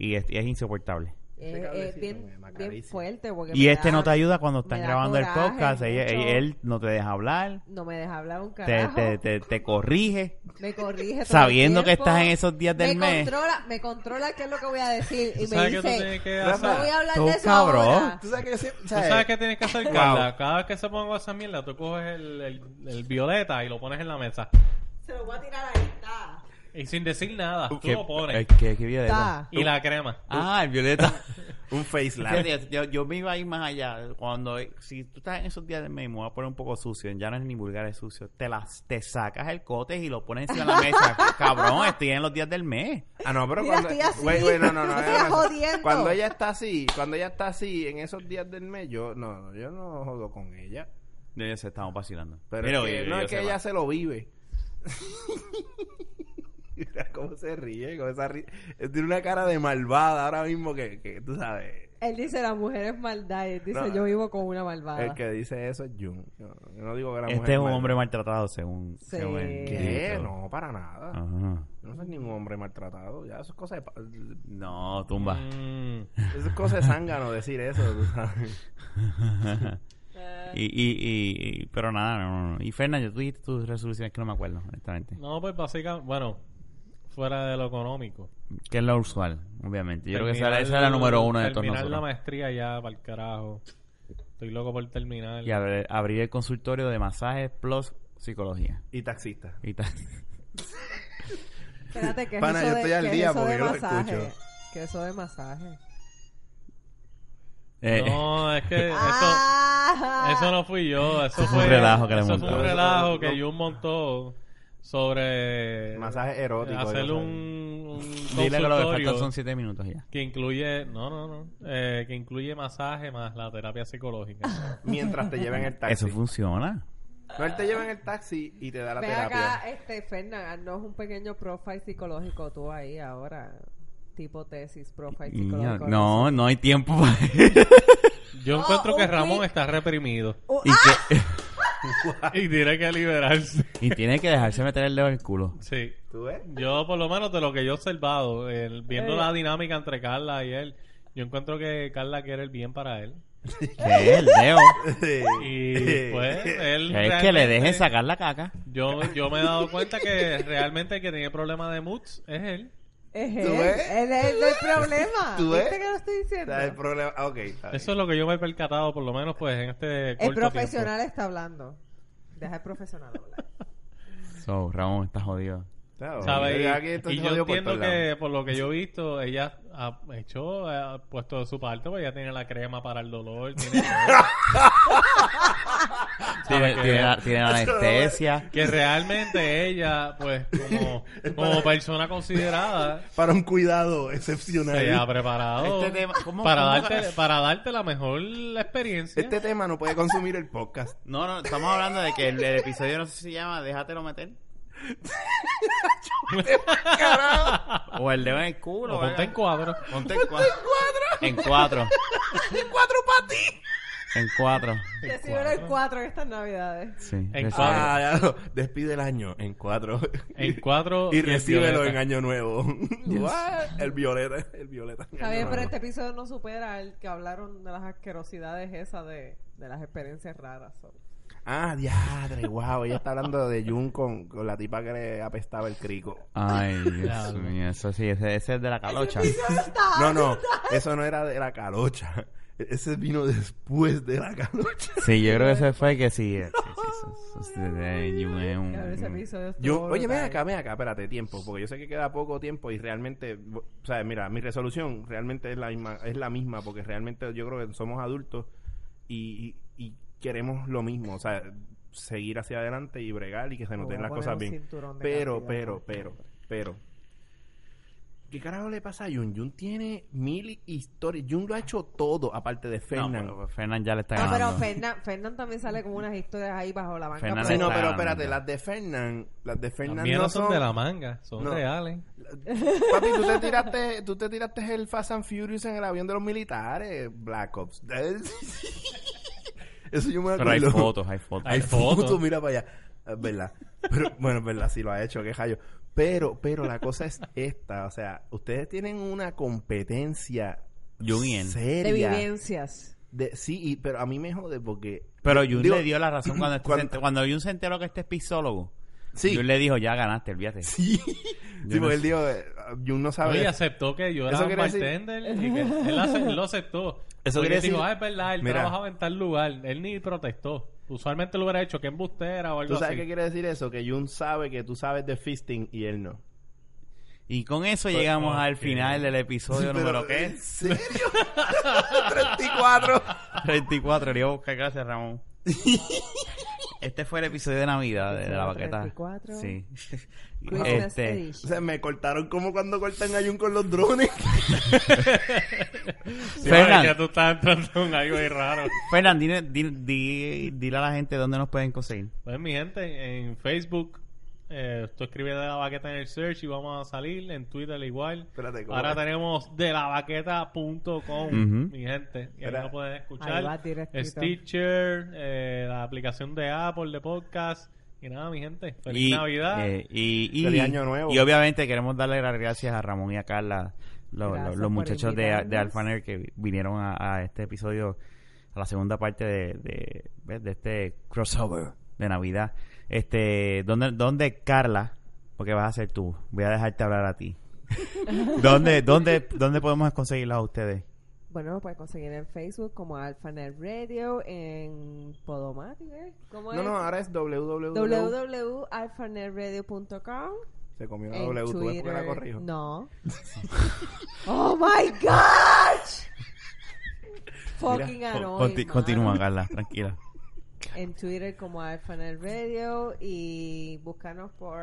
Y es, y es insoportable.
Es,
Ese
es
cablecito me-
bien,
me
bien
acaricia.
fuerte. Porque
Y
me
este
da-
no te ayuda cuando están
me da
grabando el
coraje,
podcast. Ella-
mucho.
y él no te deja hablar.
No me deja hablar un
Te,
carajo.
te, te, te corrige.
Me corrige. todo el
Sabiendo que
tiempo.
estás en esos días del
me
mes.
Controla, me controla qué es lo que voy a decir. Y
¿Tú
me
sabes que tú tienes
dice,
que
Rafa,
no
hacer?
voy a hablar
Tú,
de eso
cabrón.
ahora.
¿Tú sabes que yo siempre... o
¿Tú
sea,
sabes qué tienes que hacer,
Wow.
Carla? Cada vez que se ponga esa mierda, tú coges el, el- el violeta y lo pones en la mesa.
Se lo voy a tirar ahí. Está.
Y sin decir nada, tú
¿Qué-
lo pones.
eh, ¿Qué, qué violeta?
Está.
Y la crema.
Ah, el
<laughs>
violeta.
Un face lab.
Fíjate, yo, yo me iba a ir más allá. Cuando, si tú estás en esos días del mes, me voy a poner un poco sucio. Ya no es ni vulgar, es sucio. Te, las, te sacas el cote y lo pones encima de la
<laughs>
mesa. Cabrón, estoy en los días del mes.
Ah, no, pero
Mira,
cuando...
estoy así.
Güey, güey, no, no, no,
Me
no, no, no.
jodiendo.
Cuando ella está así, cuando ella está así, en esos días del mes, yo no, no, yo no jodo con ella.
No, ya se estamos vacilando.
Pero es que-
yo-
no,
yo
es que
sé,
ella
va.
se lo vive. <laughs> Mira cómo se ríe, con esa ri- Tiene una cara de malvada ahora mismo que, que tú sabes.
Él dice, la mujer es maldad. Y él dice,
No.
yo vivo con una malvada.
El que dice eso es Jun. Yo, yo no digo que la mujer
Este es un
mal-
hombre maltratado, según.
Sí.
según el
¿Qué?
libro.
No, para nada.
Ajá.
Yo No soy ningún hombre maltratado. Ya, eso es cosa de, pa-
No, tumba.
Mm.
eso es cosa de zángano decir eso, tú sabes.
Eh,
y, y, y, y- pero nada, no, no, no. Y Fernando, tú dijiste tus resoluciones que no me acuerdo, honestamente.
No, pues básicamente, bueno, fuera de lo económico.
Que es lo usual, obviamente. Yo creo que esa,
Terminar-
esa es la número uno de todos
Terminar la
nosotros.
maestría ya, para el carajo. Estoy loco por terminar.
Y abrir, abrir el consultorio de masajes plus psicología.
Y taxista.
Y tal.
Espérate, que es
Pana,
eso
yo
de,
estoy al
que es
día
eso
porque
de
yo lo
masaje.
escucho.
Que eso de masaje.
<laughs> Eh,
No, es
<laughs>
que esto,
Ah,
eso no fui yo. Eso
un
fue
relajo que le
eso fue
montaron.
un relajo que
No.
yo montó sobre
Masaje erótico,
Hacer
yo sé.
un, un
Dile que lo que
consultorio
faltan son siete minutos ya.
que incluye, no, no, no, eh, que incluye masaje más la
<laughs>
terapia psicológica.
Mientras te lleven el taxi.
Eso funciona.
No, él te lleva en el taxi y te da la
Ve
terapia.
acá, este, Fernan, no es un pequeño profile psicológico tú ahí ahora. Tipo tesis, profile
Niña,
psicológico.
no, no hay tiempo para <laughs>
Yo
Ah,
Oh,
encuentro que
un
Ramón
clic.
está reprimido. <laughs>
Uh,
y que
y tiene que liberarse.
Y tiene que dejarse meter el dedo en el culo.
Sí.
¿Tú
<laughs>
ves?
Yo, por lo menos, de lo que yo he observado, el- viendo
Eh.
la dinámica entre Carla y él, yo encuentro que Carla quiere el bien para él.
Que el dedo.
<laughs>
Y pues
Es que
él.
le
realmente-
dejen sacar la caca.
Yo, yo me he dado cuenta que realmente el que tiene problema de moods es él.
Es
¿Tú
él.
ves?
Él es el del problema.
¿Tú ves?
¿Viste que lo estoy
O
diciendo?
sea, el problema... ah, Ok. está bien.
Eso es lo que yo me he percatado, por lo menos, pues en este.
El
corto
profesional está hablando. Deja el profesional hablar.
<laughs>
So, Ramón está jodido.
Está
tiempo.
bueno.
¿Sabes?
Ya que esto
Y, y
se
yo
jodió por
entiendo
todos lados.
que, por lo que yo he visto, ella ha hecho, ha puesto de su parte, pues ella tiene la crema para el dolor.
<laughs>
Tiene
Tiene,
que-
tiene la- tiene la anestesia.
que realmente ella, pues,
<laughs>
como, como persona considerada,
Para un cuidado excepcional.
se ha preparado
Este tema- ¿cómo-
para,
cómo-
darte, para darte la mejor experiencia.
Este tema no puede consumir el podcast.
No, no, estamos hablando de que el, el episodio no sé si se llama Déjatelo meter. o el dedo en el culo.
Lo ponte
¿verdad?
en cuadro.
Ponte en cuatro. En cuatro. En cuatro para ti. En cuatro.
Te sirven el 4 en estas navidades.
Sí.
En
recibe-
cuatro.
Ah, ya lo- Despide el año en
<laughs>
cuatro.
En cuatro.
y
el
recíbelo
violeta.
en año
<laughs>
nuevo. What? El violeta. El violeta.
Está bien, pero este episodio no supera el que hablaron de las asquerosidades esas de, de las experiencias raras. so.
Ah, diadre, wow. Ella está hablando de Jun con, con la tipa que le apestaba el crico.
Ay, Dios
Diablo.
mío. Eso sí, ese, ese es de la calocha.
Ah,
No, no. Eso no era de la calocha. E- Ese vino después de la calocha.
Sí, yo creo que ese fue que sí. eh, sí, sí, sí, sí, de- de- un-
Cabrón, ese
un-
episodio estuvo
Yo, oye, ven
brutal.
acá, ven acá, espérate, tiempo, porque yo sé que queda poco tiempo y realmente, o sea, mira, mi resolución realmente es la misma, es la misma porque realmente yo creo que somos adultos y, y- y queremos lo mismo, o sea, seguir hacia adelante y bregar y que se
Me
nos
voy a
den las
poner
cosas
un
bien.
cinturón de
Pero,
cantidad.
pero, pero, pero. ¿Qué carajo le pasa a Jun? Jun tiene mil historias. Jun lo ha hecho todo, aparte de
No,
Fernan.
pero Fernan ya le está
No,
ganando.
pero Fernan, Fernan también sale como unas historias ahí bajo la banca.
Fernan
Sí,
pero-
no, pero
Claro,
espérate,
ya.
las de Fernan, las de
Las
Fernan
mías
no
no son de la manga, son
No.
reales.
Papi, tú te tiraste, tú te tiraste el Fast and Furious en el avión de los militares, Black Ops. <laughs> Eso yo me acuerdo.
Pero hay fotos, hay
<laughs>
fotos.
Hay
Puto,
fotos.
mira para allá. Es verdad. Pero, bueno, es verdad, sí lo ha hecho, qué jayo. Pero, pero la cosa es esta, o sea, ustedes tienen una competencia
Jun y él.
De
seria.
vivencias.
de- sí, y- pero a mí me jode porque...
Pero Jun
Digo,
le dio la
<clears throat>
razón cuando, este
cuando-
se enter- cuando Jun se enteró que este es pisólogo.
Sí,
Jun le dijo, ya ganaste, olvídate.
sí. Sí,
no
porque
sé.
él dijo, eh, Jun no sabe...
Oye, aceptó que yo era
Eso
un
quiere decir-
bartender
<laughs>
y que él ace- él lo aceptó.
Eso
Porque
quiere
él dijo,
decir-
ah, es verdad, él
Mira.
trabajaba en tal lugar. Él ni protestó. Usualmente lo hubiera hecho que embustera o algo
¿Tú sabes
así.
qué quiere decir eso? Que Jun sabe que tú sabes de fisting y él no.
Y con eso llegamos al final del episodio número ¿qué?
¿En serio? <laughs> 34.
34. Le iba a buscar
<laughs>
gracias, Ramón. Este fue el episodio de Navidad de la baqueta.
34.
Sí.
Christmas
este,
O
Edition.
sea, me cortaron como cuando cortan a Jun con los drones. <laughs>
Sí,
Fernan,
madre, que tú estás entrando en algo ahí raro.
Fernan, dile, di- di- dile a la gente dónde nos pueden conseguir.
Pues mi gente, en Facebook, eh, tú escribes de la baqueta en el search y vamos a salir. En Twitter igual.
Espérate, ¿cómo
Ahora
es?
tenemos de la baqueta.com,
Ujú.
mi gente. Y ahí
Espera.
lo pueden
Ahí va
escuchar.
directito.
Stitcher, eh, la aplicación de Apple, de podcast. Y nada, mi gente. Feliz
Y,
Navidad.
eh, y, y-
Feliz Año Nuevo.
Y obviamente queremos darle las gracias a Ramón y a Carla, lo- lo-
Gracias
los
por
muchachos de, de
invitarnos.
Alfaner que vi- vinieron a, a este episodio, a la segunda parte de, de- ¿ves? de este crossover de Navidad. Este, ¿dónde, ¿Dónde, Carla? Porque vas a ser tú. Voy a dejarte hablar a
<laughs>
ti. ¿Dónde, dónde, ¿Dónde podemos conseguirlos a ustedes?
Bueno, lo puedes conseguir en Facebook como Alphanet Radio, en Podomatic, ¿eh? ¿Cómo
No,
es?
no, ahora es www.
www.alphanetradio.com
Se comió la
en
W, tú ves porque
Twitter.
la corrijo. <laughs>
No. ¡Oh, my gosh! Fucking annoying,
Conti-
mano.
continúa, Carla,
<laughs>
tranquila.
En Twitter como Alphanet Radio y búscanos por...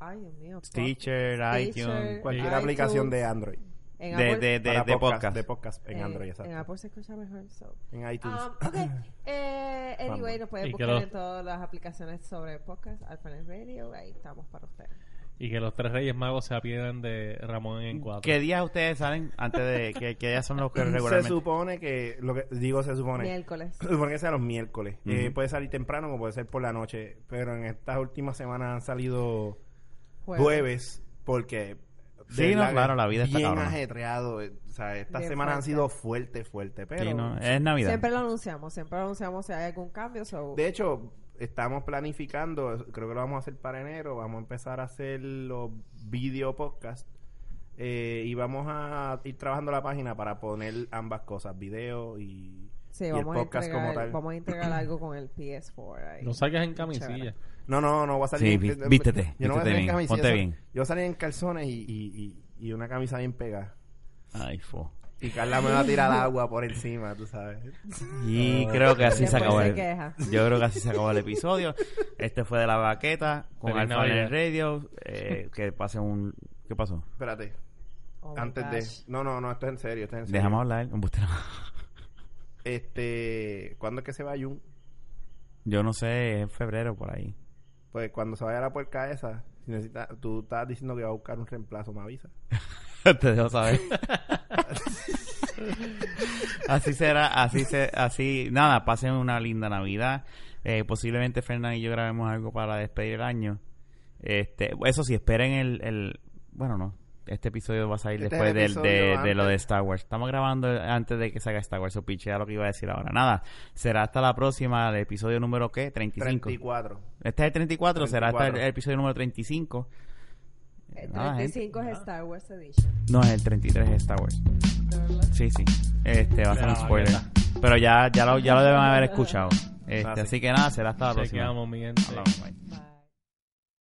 Ay, Dios mío.
Stitcher,
Stitcher,
iTunes.
Cualquier
iTunes,
aplicación de Android.
en
De,
Apple-
de, de,
Para
de podcast.
De podcast en
eh,
Android,
En
exacto.
Apple se escucha mejor, so...
En iTunes. <coughs>
Um, ok. Eh, anyway,
Fanboy.
nos pueden
Y
buscar
quedó.
en todas las aplicaciones sobre podcast, Alphanet Radio, ahí estamos para ustedes.
Y que los tres reyes magos se apiedan de Ramón en cuatro.
¿Qué días ustedes salen antes de que, que ya son los que
mm,
Se
regularmente?
supone que, lo que digo se supone, <coughs>
Miércoles.
<laughs> se supone que sea los miércoles. Eh, puede salir temprano como puede ser por la noche, pero en estas últimas semanas han salido jueves, porque... de
Sí, no,
verdad que
claro, la vida está
bien
cabrona.
ajetreado. eh, O sea, estas
Bien
semanas han
fuerte.
sido fuerte, fuerte, pero...
Sí, no, eh. es Navidad.
Siempre lo anunciamos, siempre lo anunciamos si hay algún cambio. so-
De hecho, estamos planificando, creo que lo vamos a hacer para enero, vamos a empezar a hacer los video podcast eh, y vamos a ir trabajando la página para poner ambas cosas, video y,
sí,
y el
vamos, a
podcast como
entregar,
tal.
vamos a
<coughs>
entregar algo con el PS4. ahí.
No salgas en
Chévere.
camisilla.
No, no, no voy a salir
Sí,
en-
ví- vístete,
Yo no voy a
vístete
salir en
bien,
camisa,
ponte
yo sal-
bien.
Yo voy a salir en calzones y, y- y- y una camisa bien pegada.
Ay, fo.
Y Carla me va a
<laughs>
tirar agua por encima, tú sabes.
Y creo que así se
Después
acabó
se
el,
queja.
Yo creo que así se acabó el episodio. Este fue de la baqueta con
Feliz
Alfa en el
Navidad.
radio. Eh, que pase un... ¿Qué pasó?
Espérate,
Oh my
antes
gosh.
de... No, no, no, esto es en serio, esto es en serio.
Dejamos hablar. un bustero.
Este, ¿cuándo es que se va Jun?
<laughs> Yo no sé, es en febrero por ahí.
Pues cuando se vaya la puerca esa, si necesita, tú estás diciendo que va a buscar un reemplazo, me avisa.
<laughs> Te dejo saber. así será, así se, así, nada, pasen una linda Navidad. Eh, posiblemente Fernán y yo grabemos algo para despedir el año. Este, eso sí, esperen el, el bueno no, este episodio va a salir
Este
después
es el
del- de,
episodio
de lo
antes.
de Star Wars. Estamos grabando antes de que salga Star Wars, o pichea lo que iba a decir ahora. Nada, será hasta la próxima, el episodio número qué, 35.
34.
Este es el 34, será hasta el,
34.
episodio número 35.
Ah,
El
Nada, gente.
35 es Star Wars Edition.
No, es el 33 de Star Wars.
de verdad.
Sí, sí. Este va a ser
Pero
un spoiler.
ahí
Pero ya, ya, lo, ya lo deben haber escuchado. Este,
Ah, sí.
así que nada, será hasta la próxima.
Chequeamos, mi gente.
Hablamos, bye.
Bye.